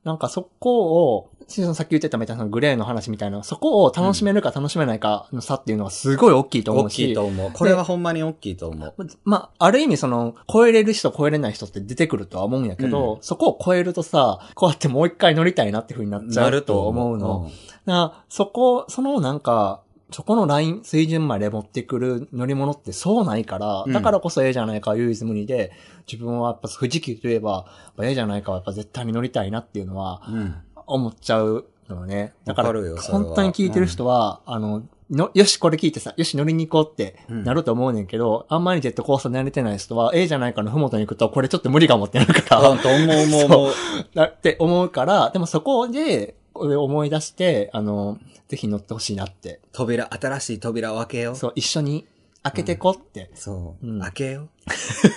Speaker 2: なんかそこを、シーズンさっき言ってたみたいなそのグレーの話みたいな、そこを楽しめるか楽しめないかの差っていうのがすごい大きいと思
Speaker 1: 大
Speaker 2: う
Speaker 1: きい
Speaker 2: し、
Speaker 1: と思う。これはほんまに大きいと思う。
Speaker 2: まあ、ある意味その、超えれる人超えれない人って出てくるとは思うんやけど、
Speaker 1: う
Speaker 2: そこを超えるとさ、こうやってもう一回乗りたいなって風になっちゃ
Speaker 1: な
Speaker 2: う
Speaker 1: る
Speaker 2: と
Speaker 1: と
Speaker 2: 思
Speaker 1: 思
Speaker 2: う
Speaker 1: う
Speaker 2: の。
Speaker 1: の。
Speaker 2: な、そこ、そのなんか、そこのライン、水準まで持ってくる乗り物ってそうないから、
Speaker 1: うん
Speaker 2: だからこそええじゃないか、唯一無二で、自分はやっぱ富士急といえば、やっぱええじゃないかはやっぱ絶対に乗りたいなっていうのは
Speaker 1: うん。
Speaker 2: 思っちゃうのね。だから、
Speaker 1: わかるよそれは
Speaker 2: 本当に聞いてる人は、あの、の、よし、これ聞いてさ、よし、乗りに行こうって
Speaker 1: うん
Speaker 2: なると思うねんけど、あんまりジェットコースター慣れてない人は、ええじゃないかのふもとに行くと、これちょっと無理かもってなるから、
Speaker 1: あ、と思う、思う、思う。
Speaker 2: だって思うから、でもそこで、これ思い出して、あの、ぜひ乗ってほしいなって。
Speaker 1: 扉、新しい扉を開けよう。
Speaker 2: そう、一緒に開けてこって。
Speaker 1: そう。
Speaker 2: うん
Speaker 1: 開けよう。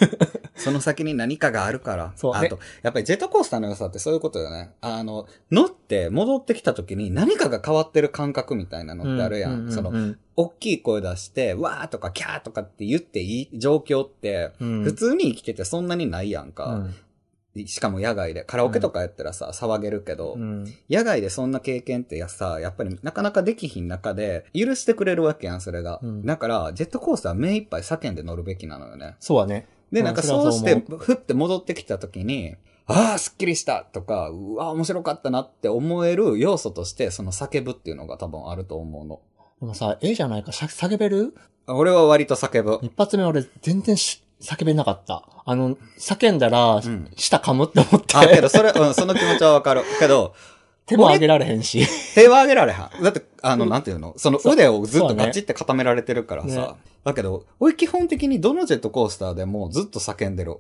Speaker 1: その先に何かがあるから。
Speaker 2: そう
Speaker 1: あと、やっぱりジェットコースターの良さってそういうことだよね。あの、乗って戻ってきた時に何かが変わってる感覚みたいなのってあるや。
Speaker 2: うん
Speaker 1: その、
Speaker 2: うん
Speaker 1: 大きい声出して、わーとかキャーとかって言っていい状況って、
Speaker 2: うん
Speaker 1: 普通に生きててそんなにないやん
Speaker 2: う
Speaker 1: か。
Speaker 2: ん
Speaker 1: しかも野外で。カラオケとかやったらさ、騒げるけど、
Speaker 2: うん
Speaker 1: 野外でそんな経験ってやさ、やっぱりなかなかできひん中で、許してくれるわけやん、それが。
Speaker 2: うん
Speaker 1: だから、ジェットコースターは目いっぱい叫んで乗るべきなのよね。
Speaker 2: そうだね。
Speaker 1: で、
Speaker 2: うん
Speaker 1: なんか
Speaker 2: それは
Speaker 1: そう
Speaker 2: そう
Speaker 1: して、ふって戻ってきた時に、ああ、すっきりしたとか、うわー、面白かったなって思える要素として、その叫ぶっていうのが多分あると思うの。
Speaker 2: でもさ、ええじゃないか、しゃ叫べる
Speaker 1: 俺は割と叫ぶ。
Speaker 2: 一発目俺、全然し叫べなかった。あの、叫んだら、
Speaker 1: ん
Speaker 2: 舌噛むって思って、
Speaker 1: あ、けど、それ、うん、その気持ちはわかる。けど、
Speaker 2: 手も上げられへんし。
Speaker 1: 手は上げられはん。だって、あの、
Speaker 2: うん
Speaker 1: なんていうのその
Speaker 2: そう
Speaker 1: 腕をずっ
Speaker 2: そ
Speaker 1: と
Speaker 2: うね
Speaker 1: ガチって固められてるから
Speaker 2: ね
Speaker 1: さ。だけど、俺基本的にどのジェットコースターでもずっと叫んでる。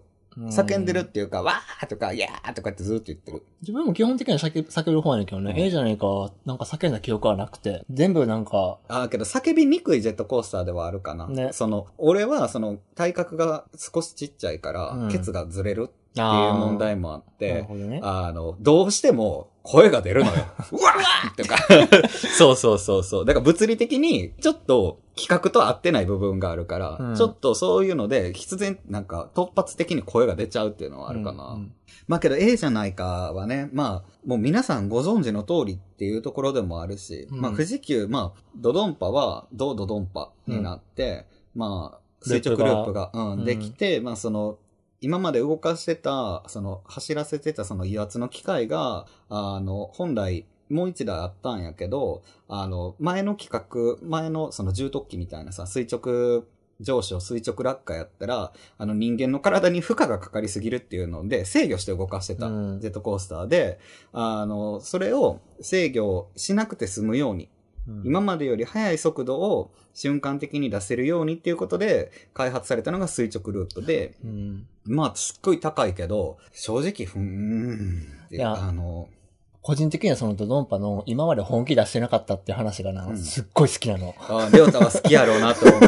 Speaker 1: 叫んでるっていうか、わーとか、いやーとかってずっと言ってる。
Speaker 2: 自分も基本的には叫叫ぶ方やねんけどね、
Speaker 1: うん
Speaker 2: ええじゃないかは、なんか叫んだ記憶はなくて、全部なんか、
Speaker 1: あーけど叫びにくいジェットコースターではあるかな。
Speaker 2: ね
Speaker 1: その、俺はその体格が少しちっちゃいから、
Speaker 2: うん
Speaker 1: ケツがずれるって
Speaker 2: ってい
Speaker 1: いう問題もあっ
Speaker 2: なる
Speaker 1: て、
Speaker 2: ほどね。
Speaker 1: あの、どうしても声が出るの よ。うわーとか。そうそうそうそう。だから物理的にちょっと企画と合ってない部分があるから、
Speaker 2: うん
Speaker 1: ちょっとそういうので必然なんか突発的に声が出ちゃうっていうのはあるかな。
Speaker 2: うんうん
Speaker 1: まあけど A じゃないかはね、まあもう皆さんご存知の通りっていうところでもあるし、
Speaker 2: うん
Speaker 1: まあ富士急、まあドドンパはドドドンパになって、まあ垂直ループが、う
Speaker 2: うん
Speaker 1: ん、できて、まあその今まで動かしてた、その走らせてたその油圧の機械が、あの本来もう一台あったんやけど、あの、前の企画、前のその重突起みたいなさ、垂直上昇、垂直落下やったら、あの人間の体に負荷がかかりすぎるっていうので、制御して動かしてたジ
Speaker 2: うん
Speaker 1: ェットコースターで、あの、それを制御しなくて済むように、今までより速い速度を瞬間的に出せるようにっていうことで、開発されたのが垂直ループで、
Speaker 2: うん、
Speaker 1: まあ、すっごい高いけど、正直、ふーんって、
Speaker 2: いや
Speaker 1: あの、
Speaker 2: 個人的にはそのドドンパの今まで本気出してなかったっていう話がな、
Speaker 1: うん
Speaker 2: すっごい好きなの。
Speaker 1: ありょうたは好きやろうなと思う。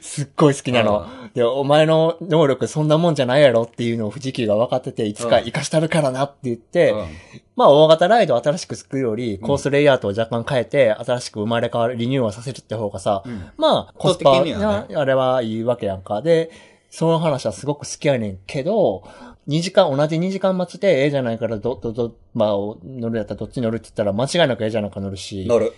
Speaker 2: すっごい好きなの。いや、お前の能力そんなもんじゃないやろっていうのを藤木が分かってて、いつか活かしたるからなって言って、
Speaker 1: うん
Speaker 2: まあ大型ライドを新しく作るより、コースレイアウトを若干変えて、新しく生まれ変わる、リニューアルさせるって方がさ、
Speaker 1: うん
Speaker 2: まあコスパ
Speaker 1: 圧倒的には
Speaker 2: な、あれはいいわけやんか。で、その話はすごく好きやねんけど、2時間、同じ2時間待ちで、ええじゃないから、ど、ど、ど、まあ、乗るやったらどっち乗るって言ったら、間違いなくええじゃないか乗るし。
Speaker 1: 乗る。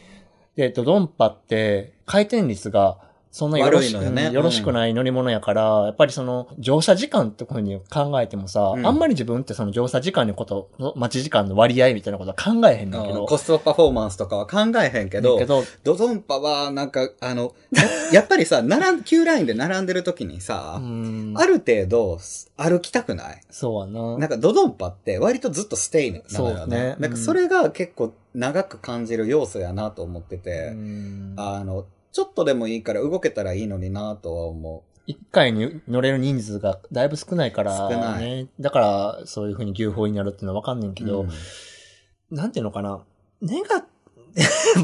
Speaker 2: で、ドドンパって、回転率が、そんなよろしく
Speaker 1: 悪いのよね
Speaker 2: よろしくない乗り物やから、やっぱりその、乗車時間ってふうに考えてもさ、
Speaker 1: うん
Speaker 2: あんまり自分ってその乗車時間のこと、待ち時間の割合みたいなことは考えへんねんだけ
Speaker 1: う
Speaker 2: ど。
Speaker 1: んコストパフォーマンスとかは考えへんけど
Speaker 2: だけ、ど、
Speaker 1: ドドンパは、なんか、あの、 ややっぱりさ、並ん、Q ラインで並んでる時に
Speaker 2: う
Speaker 1: さ、
Speaker 2: ん、
Speaker 1: ある程度、歩きたくない
Speaker 2: そうや
Speaker 1: な
Speaker 2: な。
Speaker 1: んかドドンパって割とずっとステイなのよ
Speaker 2: そう
Speaker 1: ね。
Speaker 2: ね
Speaker 1: なんかそれが結構長く感じる要素やなと思ってて、
Speaker 2: うん
Speaker 1: あの、ちょっとでもいいから動けたらいいのになとは思
Speaker 2: 一回に乗れる人数がだいぶ少ないから、ね、
Speaker 1: 少な
Speaker 2: だから、そういうふうに牛法になるっていうのはわかんねん
Speaker 1: う。
Speaker 2: けど、
Speaker 1: うん
Speaker 2: なんていうのかな、ネガ、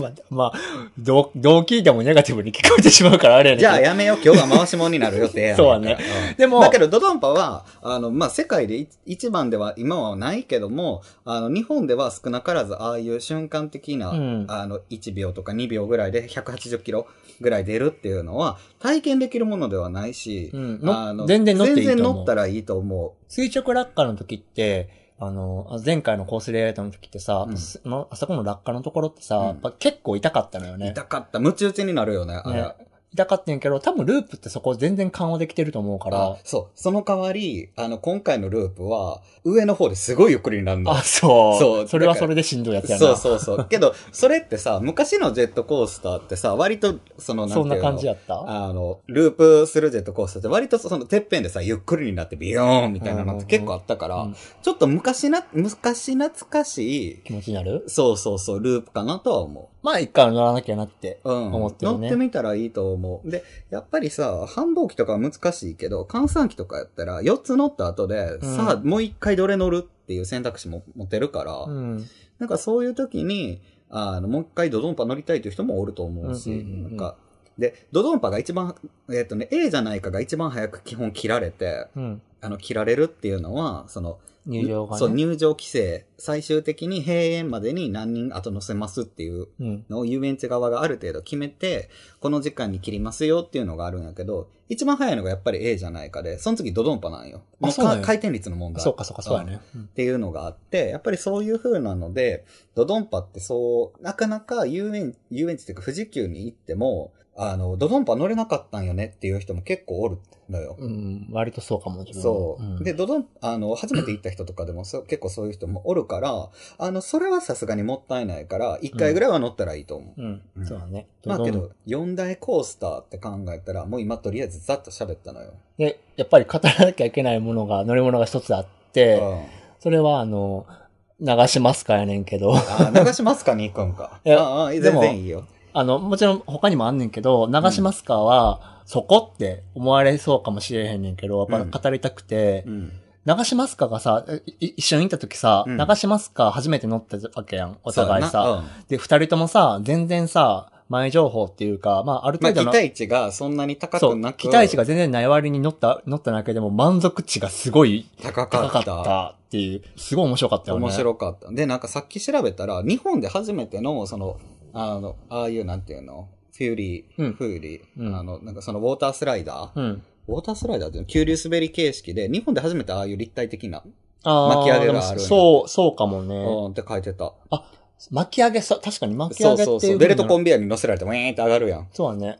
Speaker 2: まあ、まあ、どう、どう聞いてもネガティブに聞こえてしまうから あれやね
Speaker 1: じ
Speaker 2: んけど
Speaker 1: ゃあやめよう、今日は回し者になる予定やねん
Speaker 2: そうやね
Speaker 1: ん
Speaker 2: でも、
Speaker 1: だけど、ドドンパは、あの、まあ、世界でい一番では今はないけども、あの、日本では少なからず、ああいう瞬間的な、
Speaker 2: うん
Speaker 1: あの、1秒とか2秒ぐらいで180キロぐらい出るっていうのは、体験できるものではないし、
Speaker 2: うん
Speaker 1: あ
Speaker 2: の
Speaker 1: の
Speaker 2: 全然乗っていいと思
Speaker 1: 全
Speaker 2: う。
Speaker 1: 然乗ったらいいと思
Speaker 2: 垂直落下の時って、あの、あ前回のコースレイアウトの時ってさ、
Speaker 1: うん
Speaker 2: すのあそこの落下のところってさ、
Speaker 1: うん
Speaker 2: やっぱ結構痛かったのよ
Speaker 1: う。
Speaker 2: ね。
Speaker 1: 痛かった。ムチ打ちになるよね、あれ。
Speaker 2: ね痛かったんやけど、多分ループってそこ全然緩和できてると思うから
Speaker 1: あ、そう。その代わり、あの、今回のループは、上の方ですごいゆっくりになるの。
Speaker 2: あ、そう。
Speaker 1: そう
Speaker 2: それ
Speaker 1: だ
Speaker 2: は
Speaker 1: から
Speaker 2: それでしんどいやつやな。
Speaker 1: そうそうそう。けど、それってさ、昔のジェットコースターってさ、割と、その、なんてい
Speaker 2: そ
Speaker 1: うんの
Speaker 2: な感じやった
Speaker 1: あの、ループするジェットコースターって割とそのてっぺんでさ、ゆっくりになってビヨーンみたいなのって結構あったから、
Speaker 2: うん
Speaker 1: ちょっと昔な、昔懐かしい、
Speaker 2: 気持ちになる
Speaker 1: そうそうそう、ループかなとは思
Speaker 2: まあ一回は乗らなきゃなって。
Speaker 1: う。うん。
Speaker 2: 思ってるね
Speaker 1: 乗ってみたらいいと思う。で、やっぱりさ、繁忙期とかは難しいけど、換算期とかやったら、4つ乗った後で、
Speaker 2: ん
Speaker 1: さあ、もう一回どれ乗るっていう選択肢も持てるから、
Speaker 2: うん。
Speaker 1: なんかそういう時に、あの、もう一回ドドンパ乗りたいという人もおると思うし、
Speaker 2: うんうんうんうん
Speaker 1: なんか、で、ドドンパが一番、えっ、とね、A じゃないかが一番早く基本切られて、
Speaker 2: うん。
Speaker 1: あの、切られるっていうのは、その、
Speaker 2: 入場がね。
Speaker 1: そう、入場規制、最終的に閉園までに何人後乗せますっていう
Speaker 2: うん。
Speaker 1: のを遊園地側がある程度決めて、この時間に切りますよっていうのがあるんやけど、一番早いのがやっぱり A じゃないかで、その次ドドンパなんよ。
Speaker 2: あ
Speaker 1: もう
Speaker 2: そうなん
Speaker 1: か
Speaker 2: や
Speaker 1: 回転率の問
Speaker 2: あ
Speaker 1: 題。
Speaker 2: そうかそうかそうやね。うん
Speaker 1: っていうのがあって、やっぱりそういう風なので、ドドンパってそう、なかなか遊園、遊園地っていうか富士急に行っても、あの、ドドンパ乗れなかったんよねっていう人も結構おるのよ。
Speaker 2: うん。割とそうかも、自分も
Speaker 1: そう。
Speaker 2: ん
Speaker 1: で、ドドン、あの、初めて行った人とかでもそう結構そういう人もおるから、あの、それはさすがにもったいないから、一回ぐらいは乗ったらいいと思う。
Speaker 2: うん
Speaker 1: う。ん
Speaker 2: そうだね。
Speaker 1: まあ
Speaker 2: どん
Speaker 1: け
Speaker 2: どん
Speaker 1: ど、四大コースターって考えたら、もう今とりあえずざっと喋ったのよ。
Speaker 2: で、やっぱり語らなきゃいけないものが、乗り物が一つあって、
Speaker 1: うん
Speaker 2: それはあの、流しますかやねんけど、
Speaker 1: あー、流しますかに行くんか。
Speaker 2: いや
Speaker 1: ああ、全
Speaker 2: でも
Speaker 1: 然いいよ。
Speaker 2: あの、もちろん他にもあんねんけど、流しますかは、そこって思われそうかもしれへんねんけど、やっぱ語りたくて、
Speaker 1: うん。
Speaker 2: 流しますかがさ、いい一緒に行った時さ、
Speaker 1: うん
Speaker 2: 流しますか初めて乗ったわけやん、お互い
Speaker 1: そうや
Speaker 2: さ。
Speaker 1: なうん
Speaker 2: で、二人ともさ、全然さ、前情報っていうか、まあ、ある
Speaker 1: まあ、
Speaker 2: 程
Speaker 1: 期
Speaker 2: 度の、
Speaker 1: 待値がそんなに高
Speaker 2: そ
Speaker 1: く
Speaker 2: う
Speaker 1: なく、
Speaker 2: 期待値が全然ない割に乗った、乗っただけでも満足値がすごい
Speaker 1: 高か
Speaker 2: 高
Speaker 1: った。
Speaker 2: かったっていう、すごい面白かったよね。
Speaker 1: 面白かった。で、なんかさっき調べたら、日本で初めての、その、あの、ああいう、なんていうのフューリー、
Speaker 2: うん
Speaker 1: フューリー、
Speaker 2: うん
Speaker 1: あの、なんかそのウォータースライダー、
Speaker 2: うん。
Speaker 1: ウォータースライダーっていうの急流滑り形式で、日本で初めてああいう立体的な、
Speaker 2: あー
Speaker 1: 巻き上げがあるんや
Speaker 2: でもそう、そうかも
Speaker 1: う
Speaker 2: ね。
Speaker 1: んって書いてた。
Speaker 2: 巻き上げさ、確かに巻き
Speaker 1: そ
Speaker 2: 上
Speaker 1: う
Speaker 2: げって
Speaker 1: そ
Speaker 2: いうう風
Speaker 1: そう。
Speaker 2: な。
Speaker 1: ベルトコンベヤーに乗せられて、ウィーンって上がるやん。
Speaker 2: そうだね。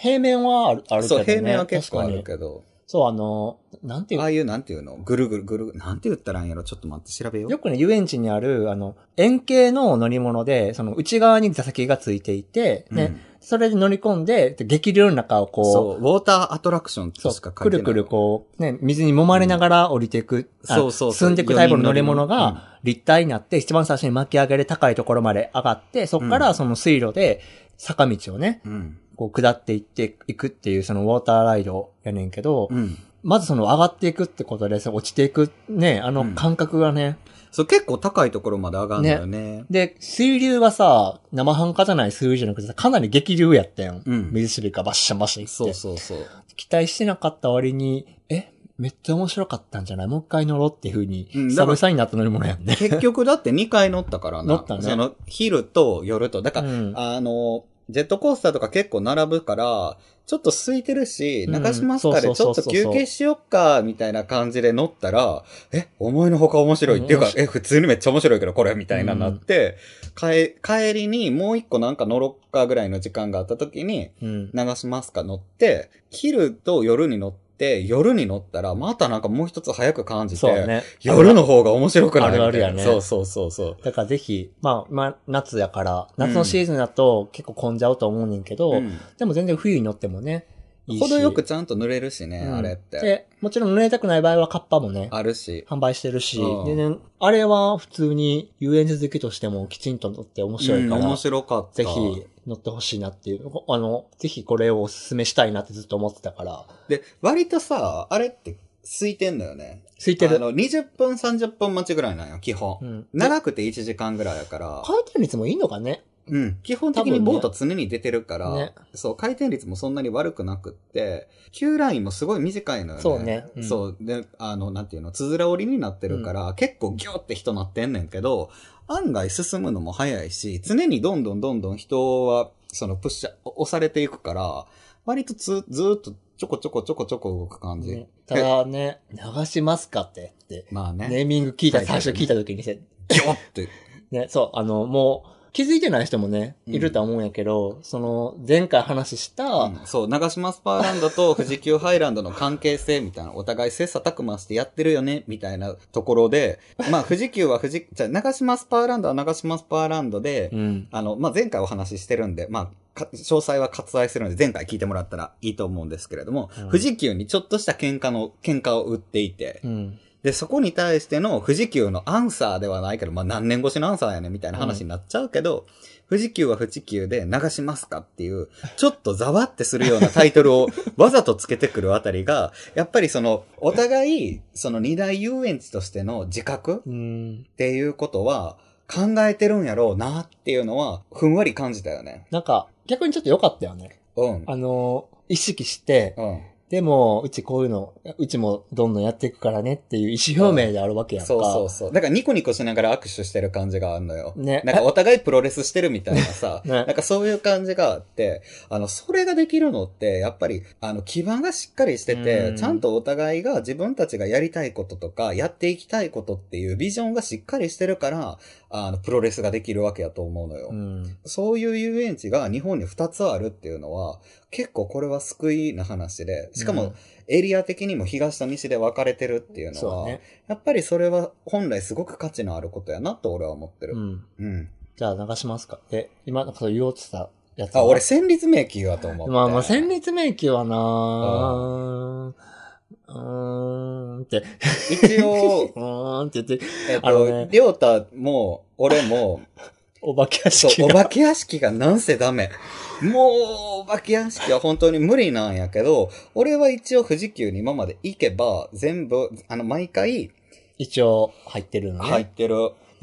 Speaker 2: 平面はある、あるけど
Speaker 1: そう、
Speaker 2: ね。
Speaker 1: 平面は結構ある
Speaker 2: 確かに
Speaker 1: けど、
Speaker 2: そう、あの、なんていう
Speaker 1: あ
Speaker 2: か
Speaker 1: あいう、なんていうのぐるぐるぐるぐる、なんて言ったらいいんやろちょっと待って、調べよう。
Speaker 2: よくね、遊園地にある、あの、円形の乗り物で、その内側に座席がついていて、ね、
Speaker 1: うん
Speaker 2: それで乗り込んで、で激流の中をこ
Speaker 1: そう、ウォーターアトラクション
Speaker 2: う、
Speaker 1: としか書
Speaker 2: く
Speaker 1: いてない。
Speaker 2: るくるこう、ね、水に揉まれながら降りていく、あ
Speaker 1: そうそうそう
Speaker 2: 進んでいくタイプの乗り物
Speaker 1: 四人乗り
Speaker 2: が立体になって、一番最初に巻き上げで高いところまで上がって、そこか
Speaker 1: う
Speaker 2: ら
Speaker 1: ん
Speaker 2: その水路で坂道をね、
Speaker 1: うん。
Speaker 2: こう下っていっていくっていうそのウォーターライドやねんけど、
Speaker 1: うん。
Speaker 2: まずその上がっていくってことで、その落ちていくね、あ
Speaker 1: う
Speaker 2: の
Speaker 1: ん
Speaker 2: 感覚がね、
Speaker 1: そう、結構高いところまで上がるんだよね。
Speaker 2: で、水流はさ、生半可じゃない水流じゃなくてさ、かなり激流やったやん。
Speaker 1: うん
Speaker 2: 水しぶきがバッシャンバッシャンいって。
Speaker 1: そうそうそう。
Speaker 2: 期待してなかった割に、え、めっちゃ面白かったんじゃないもう一回乗ろうっていう風に、
Speaker 1: うん
Speaker 2: 久
Speaker 1: だから
Speaker 2: 々になった乗り物やんね。
Speaker 1: 結局だって2回乗ったからな。
Speaker 2: 乗ったね
Speaker 1: その、昼と夜と。だから、
Speaker 2: うん
Speaker 1: あの、ジェットコースターとか結構並ぶから、ちょっと空いてるし、
Speaker 2: うん
Speaker 1: 中島スカでちょっと休憩しよっか、みたいな感じで乗ったら、え、思いのほか面白いっていう
Speaker 2: う
Speaker 1: か
Speaker 2: ん、
Speaker 1: え、普通にめっちゃ面白いけど、これ、みたいななって、帰帰りにもう一個なんか乗ろっかぐらいの時間があった時に、
Speaker 2: うん。
Speaker 1: 流しますか乗って、昼と夜に乗って、夜に乗ったら、またなんかもう一つ早く感じて、
Speaker 2: そうね。
Speaker 1: 夜の方が面白くなるみたいな
Speaker 2: あるあるやね
Speaker 1: そうそうそうそう。
Speaker 2: だからぜひ、まあ、まあ、夏やから、夏のシーズンだと結構混んじゃうと思うねんけど、
Speaker 1: うん
Speaker 2: でも全然冬に乗ってもね、いいし。
Speaker 1: 程よくちゃんと濡れるしね、
Speaker 2: うん
Speaker 1: あれって。
Speaker 2: で、もちろん濡れたくない場合はカッパもね、
Speaker 1: あるし。
Speaker 2: 販売してるし、
Speaker 1: うん
Speaker 2: でね、あれは普通に遊園地好きとしてもきちんと乗って面白いから、
Speaker 1: うん面白かった。
Speaker 2: ぜひ乗ってほしいなっていう、あの、ぜひこれをおすすめしたいなってずっと思ってたから、
Speaker 1: で、割とさ、あれって空いてんのよね。
Speaker 2: 空いて
Speaker 1: あ
Speaker 2: る。
Speaker 1: の、20分、30分待ちぐらいなんよ、基本。
Speaker 2: うん。で
Speaker 1: 長くて1時間ぐらいやから、
Speaker 2: 回転率もいいのかね
Speaker 1: うん、基本的にボート常に出てるから、
Speaker 2: ね
Speaker 1: そう、回転率もそんなに悪くなくって、Q ラインもすごい短いのよね。
Speaker 2: そうねうん
Speaker 1: そう、で、あの、なんていうの、つづら折りになってるから、結構ギョって人なってんねんけど、案外進むのも早いし、常にどんどんどんどん人は、そのプッシャー、押されていくから、割とつ、ずーっとちょこちょこちょこちょこ動く感じ。
Speaker 2: ねただね、流しますかってって、
Speaker 1: まあね、
Speaker 2: ネーミング聞いた、
Speaker 1: はい
Speaker 2: 最初聞いた時にね、
Speaker 1: ギョって。
Speaker 2: ね、そう、あの、もう、気づいてない人もね、
Speaker 1: うん
Speaker 2: いるとは思うんやけど、その、前回話した、
Speaker 1: うんそう、長島スパーランドと富士急ハイランドの関係性みたいな、お互い切磋琢磨してやってるよね、みたいなところで、まあ富士急は富士、じゃあ長島スパーランドは長島スパーランドで、
Speaker 2: うん。
Speaker 1: あの、まあ前回お話ししてるんで、まあ、か詳細は割愛するので、前回聞いてもらったらいいと思うんですけれども、
Speaker 2: うん
Speaker 1: 富士急にちょっとした喧嘩の、喧嘩を売っていて、
Speaker 2: うん。
Speaker 1: で、そこに対しての富士急のアンサーではないけど、まあ何年越しのアンサーやねみたいな話になっちゃうけど、富士急は富士急で流しますかっていう、ちょっとざわってするようなタイトルをわざとつけてくるあたりが、やっぱりその、お互い、その二大遊園地としての自覚
Speaker 2: うん。
Speaker 1: っていうことは、考えてるんやろうなっていうのは、ふんわり感じたよね。
Speaker 2: なんか、逆にちょっと良かったよね。
Speaker 1: うん。
Speaker 2: あの、意識して、
Speaker 1: うん。
Speaker 2: でも、うちこういうの、うちもどんどんやっていくからねっていう意思表明であるわけやんか。
Speaker 1: そうそうそう。だからニコニコしながら握手してる感じがあるのよ。
Speaker 2: ね
Speaker 1: なんかお互いプロレスしてるみたいなさ、
Speaker 2: ね
Speaker 1: なんかそういう感じがあって、あの、それができるのって、やっぱり、あの、基盤がしっかりして
Speaker 2: う
Speaker 1: て
Speaker 2: ん、
Speaker 1: ちゃんとお互いが自分たちがやりたいこととか、やっていきたいことっていうビジョンがしっかりしてるから、あの、プロレスができるわけやと思うのよ。
Speaker 2: うん。
Speaker 1: そういう遊園地が日本に2つあるっていうのは、結構これは救いな話で、しか
Speaker 2: う
Speaker 1: も
Speaker 2: ん
Speaker 1: エリア的にも東と西で分かれてるっていうの
Speaker 2: そう
Speaker 1: は、
Speaker 2: ね。
Speaker 1: やっぱりそれは本来すごく価値のあることやなと俺は思って
Speaker 2: う
Speaker 1: る。
Speaker 2: ん。
Speaker 1: うん。
Speaker 2: じゃあ流しますか。え、今、なんかそう言おうとしたやつ。
Speaker 1: あ、俺、、戦慄迷宮やと思って。
Speaker 2: まあまあ、戦慄迷宮はなうーんって、
Speaker 1: 一応
Speaker 2: う、ーんって言って、
Speaker 1: えっ
Speaker 2: あの
Speaker 1: と
Speaker 2: ね、
Speaker 1: りょうたも、俺 も、
Speaker 2: お化け屋敷
Speaker 1: そう、
Speaker 2: が。
Speaker 1: お化け屋敷がなんせダメ。もう、お化け屋敷は本当に無理なんやけど、俺は一応富士急に今まで行けば、全部、あの、毎回
Speaker 2: 一応入ってるのね。
Speaker 1: 入ってる。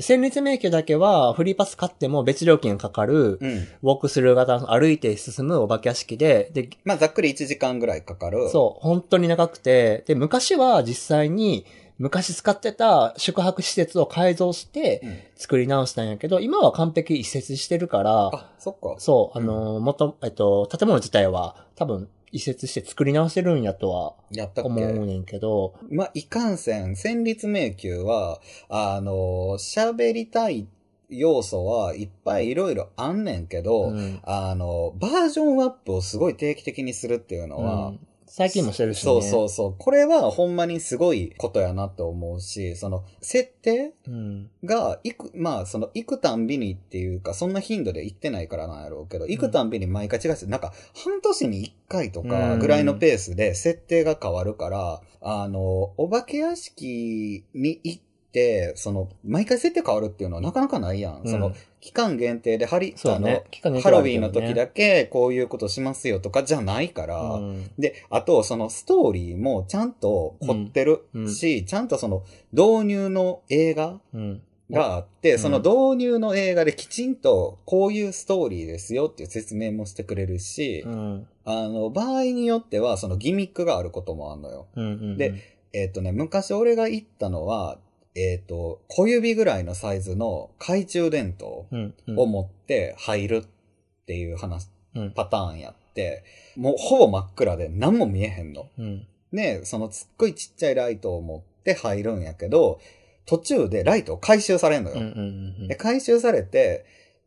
Speaker 2: 戦慄迷宮だけは、フリーパス買っても別料金かかる、
Speaker 1: うん。
Speaker 2: ウォークスルー型、歩いて進むお化け屋敷で、で、
Speaker 1: まあ、ざっくり1時間ぐらいかかる。
Speaker 2: そう、本当に長くて、で、昔は実際に、昔使ってた宿泊施設を改造して
Speaker 1: うん
Speaker 2: 作り直したんやけど、今は完璧移設してるから、
Speaker 1: あ、そっか。
Speaker 2: そう、あのー、元、えっと、建物自体は多分移設して作り直してるんやとは
Speaker 1: やったっ
Speaker 2: 思う
Speaker 1: け
Speaker 2: ねんけど、
Speaker 1: まあ、いかんせん、戦慄迷宮は、あの、喋りたい要素はいっぱいいろいろあんねんけど、
Speaker 2: うん
Speaker 1: あの、バージョンアップをすごい定期的にするっていうのは、
Speaker 2: うん最近もしてるしね。
Speaker 1: そうそうそう。これはほんまにすごいことやなって思うし、その、設定
Speaker 2: うん。
Speaker 1: が、いく、まあ、その、いくたんびにっていうか、そんな頻度で行ってないからなんやろうけど、いくたんびに毎回違うし、なんか、半年に一回とかぐらいのペースで設定が変わるから、あの、お化け屋敷に行って、その、毎回設定変わるっていうのはなかなかないやん。そ
Speaker 2: うん
Speaker 1: の、期間限定で、ハリ、
Speaker 2: そう
Speaker 1: あ
Speaker 2: だ
Speaker 1: の
Speaker 2: ね。、期間限定
Speaker 1: ハ
Speaker 2: は
Speaker 1: ロ
Speaker 2: あ
Speaker 1: ウ
Speaker 2: る
Speaker 1: ィ
Speaker 2: け
Speaker 1: ン
Speaker 2: ど
Speaker 1: の
Speaker 2: ね
Speaker 1: 時だけこういうことしますよとかじゃないから、
Speaker 2: うん
Speaker 1: で、あと、そのストーリーもちゃんと凝ってるし、
Speaker 2: うんうん
Speaker 1: ちゃんとその導入の映画
Speaker 2: うん。
Speaker 1: があって、
Speaker 2: うん
Speaker 1: その導入の映画できちんとこういうストーリーですよっていう説明もしてくれるし、
Speaker 2: うん。
Speaker 1: あの、場合によってはそのギミックがあることもあるのよ。
Speaker 2: うんうん。
Speaker 1: で、えっ、とね、昔俺が行ったのは、えっ、と、小指ぐらいのサイズの懐中電灯
Speaker 2: うん。
Speaker 1: を持って入るっていう話、
Speaker 2: うん。
Speaker 1: パターンやって、もうほぼ真っ暗で何も見えへんの。
Speaker 2: うん。
Speaker 1: ね、そのすっごいちっちゃいライトを持って入るんやけど、途中でライトを回収されんのよ。
Speaker 2: うん。うん。
Speaker 1: で、回収されて、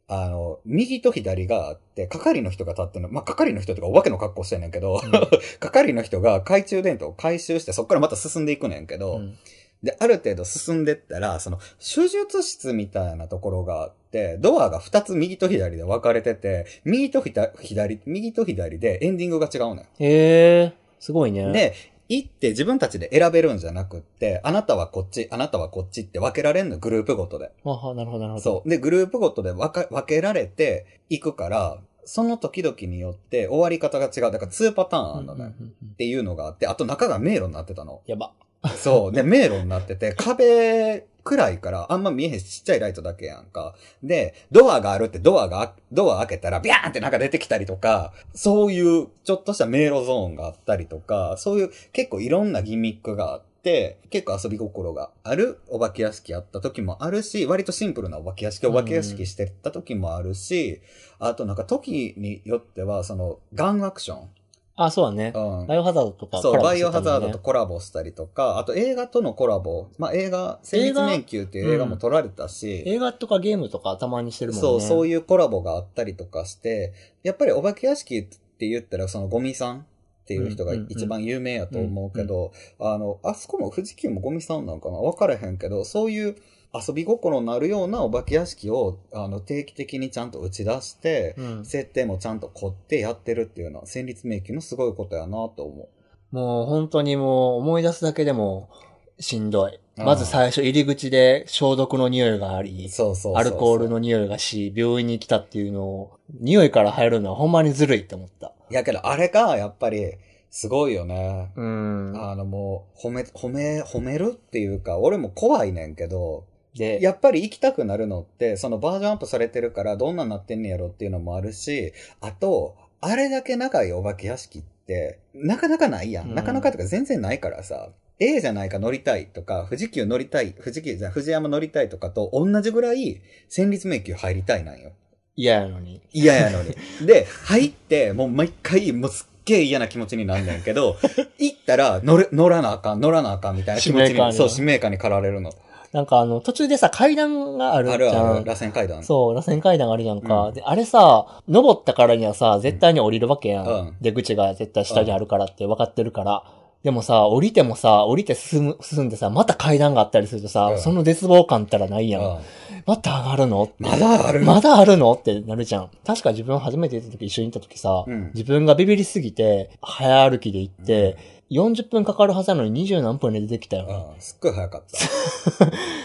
Speaker 1: あの、右と左があって、係の人が立ってるの、まあ、係の人とかお化けの格好してんねんけど、 係の人が懐中電灯を回収して、そこからまた進んでいくねんけど、
Speaker 2: うん。
Speaker 1: で、ある程度進んでったら、その、手術室みたいなところがあって、ドアが2つ右と左で分かれてて、右とひた左、右と左でエンディングが違うのよ。
Speaker 2: へえ、すごいね。
Speaker 1: で、行って自分たちで選べるんじゃなくって、あなたはこっち、あなたはこっちって分けられんの、グループごとで。
Speaker 2: あは、なるほど、なるほど。
Speaker 1: そう。で、グループごとで分か分けられていくから、その時々によって終わり方が違う。だから2パターンあるのね。
Speaker 2: うんうんうん。
Speaker 1: っていうのがあって、あと中が迷路になってたの
Speaker 2: やば。
Speaker 1: そう。で、迷路になってて、壁くらいからあんま見えへんし、ちっちゃいライトだけやんか。で、ドアがあるってドアが、ドア開けたらビャーンってなんか出てきたりとか、そういうちょっとした迷路ゾーンがあったりとか、そういう結構いろんなギミックがあって、結構遊び心があるお化け屋敷やった時もあるし、割とシンプルなお化け屋敷、お化け屋敷してった時もあるし、あとなんか時によっては、その、ガンアクション。
Speaker 2: あ、そうだね。
Speaker 1: うん
Speaker 2: バイオハザードとか。
Speaker 1: そう、バイオハザードと
Speaker 2: か。
Speaker 1: コラボしたりとか、あと映画とのコラボ、まあ映画、戦
Speaker 2: 映
Speaker 1: 日
Speaker 2: 画
Speaker 1: 年休っていう映画も撮られたし、
Speaker 2: 映画とかゲームとかたまにしてるもんね。
Speaker 1: そう、そう
Speaker 2: い
Speaker 1: いうコラボがあったりとかして、やっぱりお化け屋敷って言ったら、そのゴミさんっていう人が
Speaker 2: うんうんうん
Speaker 1: 一番有名やと思うけど、あの、あそこも富士急もゴミさんなんかなわからへんけど、そういう遊び心のあるようなお化け屋敷を、あの、定期的にちゃんと打ち出して、
Speaker 2: う。ん。
Speaker 1: 設定もちゃんと凝ってやってるっていうのは、戦慄迷宮のすごいことやなと思う。
Speaker 2: もう本当にもう思い出すだけでもしんどい。
Speaker 1: あー
Speaker 2: まず最初入り口で消毒の匂いがあり、
Speaker 1: そうそうそうそう
Speaker 2: アルコールの匂いがし、病院に来たっていうのを、匂いから入るのはほんまにずるいって思った。
Speaker 1: いやけど、あれが、やっぱり、すごいよね。
Speaker 2: うん。
Speaker 1: あの、もう、褒め、褒め、褒めるっていうか、俺も怖いねんけど、
Speaker 2: で、
Speaker 1: やっぱり行きたくなるのって、そのバージョンアップされてるから、どんなんなってんねやろっていうのもあるし、あと、あれだけ仲いいお化け屋敷って、なかなかないや
Speaker 2: うん
Speaker 1: ん。なかなかとか全然ないからさ、A じゃないか乗りたいとか、富士急乗りたい、富士急じゃ、富士山乗りたいとかと同じぐらい、戦慄迷宮入りたいなんよ。
Speaker 2: 嫌やのに。
Speaker 1: 嫌やのに。で、入って、もう毎回、もうすっげえ嫌な気持ちになんねんけ ど、行ったら乗れ、乗らなあかん、乗らなあかんみたいな気持ち
Speaker 2: 使命感
Speaker 1: に、
Speaker 2: に
Speaker 1: そう、使命感に駆られるの。
Speaker 2: なんかあの、途中でさ、階段があるじゃ
Speaker 1: あ
Speaker 2: ん。
Speaker 1: るある、螺旋階段。
Speaker 2: そう、螺旋階段があるじゃんか。
Speaker 1: うん
Speaker 2: で、あれさ、登ったからにはさ、絶対に降りるわけやん。
Speaker 1: うん
Speaker 2: 出口が絶対下にあるからって分かってるから。でもさ、降りてもさ、降りて進む、進んでさ、また階段があったりするとさ、
Speaker 1: うん
Speaker 2: その絶望感ったらないやん。
Speaker 1: うん
Speaker 2: また上がるのって
Speaker 1: まだある
Speaker 2: まだあるのってなるじゃん。確か自分初めて行った時、一緒に行った時さ、
Speaker 1: うん
Speaker 2: 自分がビビりすぎて、早歩きで行って、40分かかるはずなのに20何分で出てきたよ。
Speaker 1: うんすっごい早かった。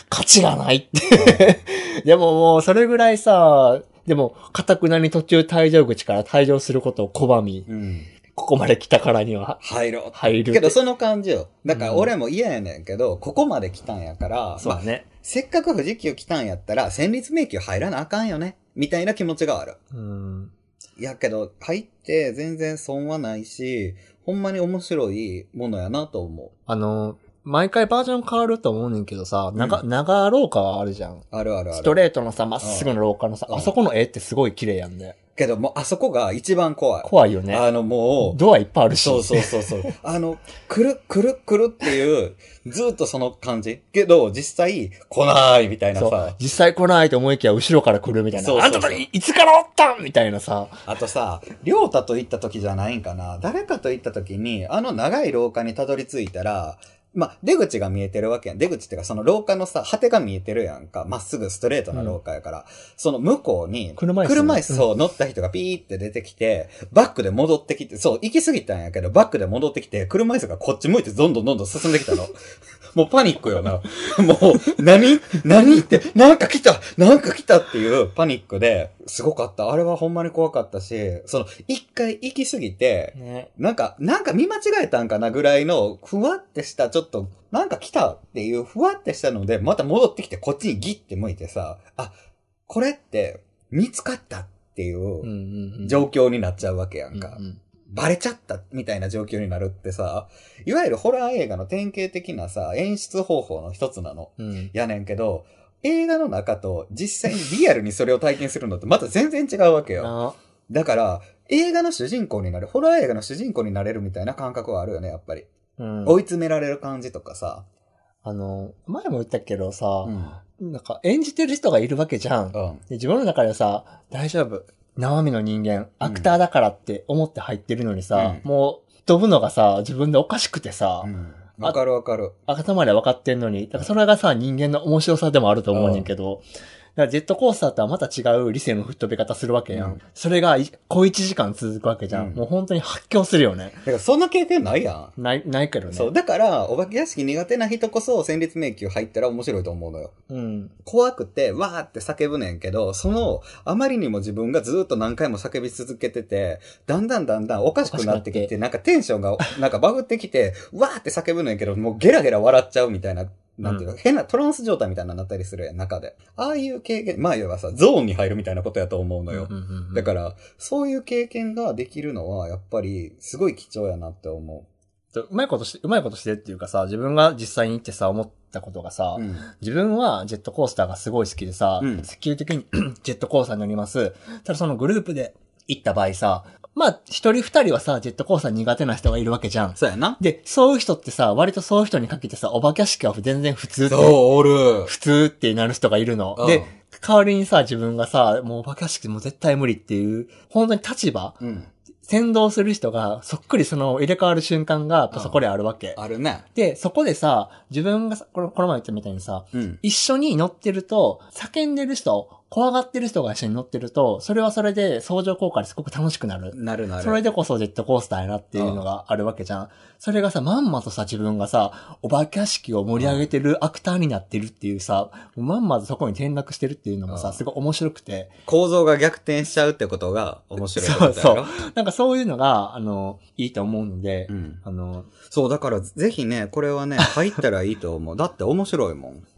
Speaker 2: 価値がないって。 でももう、それぐらいさ、でも、かたくなに途中退場口から退場することを拒み、
Speaker 1: うん。
Speaker 2: ここまで来たからには
Speaker 1: 入ろう。
Speaker 2: 入る。
Speaker 1: けど、その感じよ。だから
Speaker 2: うん
Speaker 1: 俺も嫌やねんけど、ここまで来たんやから、
Speaker 2: そう
Speaker 1: まあ
Speaker 2: だね。
Speaker 1: せっかく富士急来たんやったら、戦慄迷宮入らなあかんよね。みたいな気持ちがある。
Speaker 2: うん。
Speaker 1: いやけど、入って全然損はないし、ほんまに面白いものやなと思
Speaker 2: あの、毎回バージョン変わると思うねんけどさ、長、長廊下はあるじゃん。
Speaker 1: う。あるあるある。
Speaker 2: ストレートのさ、まっすぐの廊下のさ、
Speaker 1: うん
Speaker 2: あそこの絵ってすごい綺麗やんね。
Speaker 1: けど、もうあそこが一番怖い。
Speaker 2: 怖いよね。
Speaker 1: あの、もう、
Speaker 2: ドアいっぱいあるし。
Speaker 1: そうそうそう そう。あの、くるくるくるっていう、ずっとその感じ。けど、実際、来ないみたいな
Speaker 2: そう
Speaker 1: さ。
Speaker 2: 実際来ないと思いきや後ろから来るみたいな。
Speaker 1: そうそうそう
Speaker 2: あんたいいつからおったんみたいなさ。
Speaker 1: あとさ、りょうたと行った時じゃないんかな。誰かと行った時に、あの長い廊下にたどり着いたら、まあ、出口が見えてるわけやん。出口っていうか、その廊下のさ、果てが見えてるやんか。まっすぐストレートな廊下やから。その向こうに、
Speaker 2: 車椅子
Speaker 1: 車椅子を乗った人がピーって出てきて、バックで戻ってきて、そう、行き過ぎたんやけど、バックで戻ってきて、車椅子がこっち向いてどんどんどんどん進んできたの。もうパニックよな。も う、何何って、なんか来たなんか来たっていうパニックで、すごかった。あれはほんまに怖かったし、その、一回行き過ぎて、
Speaker 2: ね。
Speaker 1: なんか、なんか見間違えたんかなぐらいの、ふわってした、ちょっっと、なんか来たっていうふわってしたので、また戻ってきてこっちにギッて向いてさ、あ、これって見つかったってい
Speaker 2: うんう
Speaker 1: うん
Speaker 2: うん。
Speaker 1: 状況になっちゃうわけやんか。
Speaker 2: うんうん
Speaker 1: バレちゃったみたいな状況になるってさ、いわゆるホラー映画の典型的なさ、演出方法の一つなの。
Speaker 2: うん。
Speaker 1: やねんけど、映画の中と実際にリアルにそれを体験するのってまた全然違うわけよ。
Speaker 2: な
Speaker 1: だから、映画の主人公になる、ホラー映画の主人公になれるみたいな感覚はあるよね、やっぱり。
Speaker 2: うん。
Speaker 1: 追い詰められる感じとかさ。
Speaker 2: あの、前も言ったけどさ
Speaker 1: う、ん。
Speaker 2: なんか演じてる人がいるわけじゃん。で
Speaker 1: うん。
Speaker 2: 自分の中でさ、大丈夫。生身の人間、アクターだからって思って入ってるのにさ、
Speaker 1: うん
Speaker 2: もう飛ぶのがさ、自分でおかしくてさ、
Speaker 1: うんわかるわかる。
Speaker 2: 頭で分かってんのに、だからそれがさ、人間の面白さでもあると思うねんけど、だからジェットコースターとはまた違う理性の吹っ飛び方するわけやん。
Speaker 1: うん
Speaker 2: それがい小1時間続くわけじゃ
Speaker 1: う
Speaker 2: ん。
Speaker 1: ん
Speaker 2: もう本当に発狂するよね。
Speaker 1: だからそんな経験ないやん。
Speaker 2: ない、ないけどね。
Speaker 1: そう。だから、お化け屋敷苦手な人こそ戦慄迷宮入ったら面白いと思うのよ。
Speaker 2: うん。
Speaker 1: 怖くて、わーって叫ぶねんけど、その、あまりにも自分がずっと何回も叫び続けてて、だんだんだんだんおかしくなってきて、
Speaker 2: おかしく
Speaker 1: なんかテンションが、なんかバグってきて、わーって叫ぶねんけど、もうゲラゲラ笑っちゃうみたいな、なんていうか、変なトランス状態みたいなのになったりするやん、中で。ああいう経験、まあ要はさ、ゾーンに入るみたいなことやと思うのよ。
Speaker 2: うんうんうんうん
Speaker 1: だから、そういう経験ができるのは、やっぱり、すごい貴重やなって思
Speaker 2: うまいことして、うまいことしてっていうかさ、自分が実際に行ってさ、思ったことがさ、
Speaker 1: う。うん。
Speaker 2: 自分はジェットコースターがすごい好きでさ、
Speaker 1: うん
Speaker 2: 積極的に ジェットコースターに乗ります。ただそのグループで行った場合さ、まあ、一人二人はさ、ジェットコースター苦手な人がいるわけじゃん。
Speaker 1: そうやな。
Speaker 2: で、そういう人ってさ、割とそういう人にかけてさ、お化け屋敷は全然普通って、
Speaker 1: そう、おる。
Speaker 2: 普通ってなる人がいるの
Speaker 1: う。ん
Speaker 2: で、代わりにさ、自分がさ、もうお化け屋敷もう絶対無理っていう、本当に立場、
Speaker 1: うん。
Speaker 2: 先導する人が、そっくりその入れ替わる瞬間が、やっぱそこであるわけ。
Speaker 1: あるね。
Speaker 2: で、そこでさ、自分がさ、このこの前言ったみたいにさ、
Speaker 1: うん。
Speaker 2: 一緒に乗ってると、叫んでる人、怖がってる人が一緒に乗ってると、それはそれで相乗効果ですごく楽しくなる。
Speaker 1: なるなる。
Speaker 2: それでこそジェットコースターやなっていうのがあるわけじゃん。それがさ、まんまとさ、自分がさ、お化け屋敷を盛り上げてるアクターになってるっていうさ、まんまとそこに転落してるっていうのも
Speaker 1: う
Speaker 2: さ、
Speaker 1: ん
Speaker 2: すごい面白くて、
Speaker 1: 構造が逆転しちゃうってことが面白いってことだろ。そう
Speaker 2: なんかそういうのが、あの、いいと思うので、
Speaker 1: ん。
Speaker 2: あの、
Speaker 1: そう、だからぜひね、これはね、入ったらいいと思う。だって面白いもん。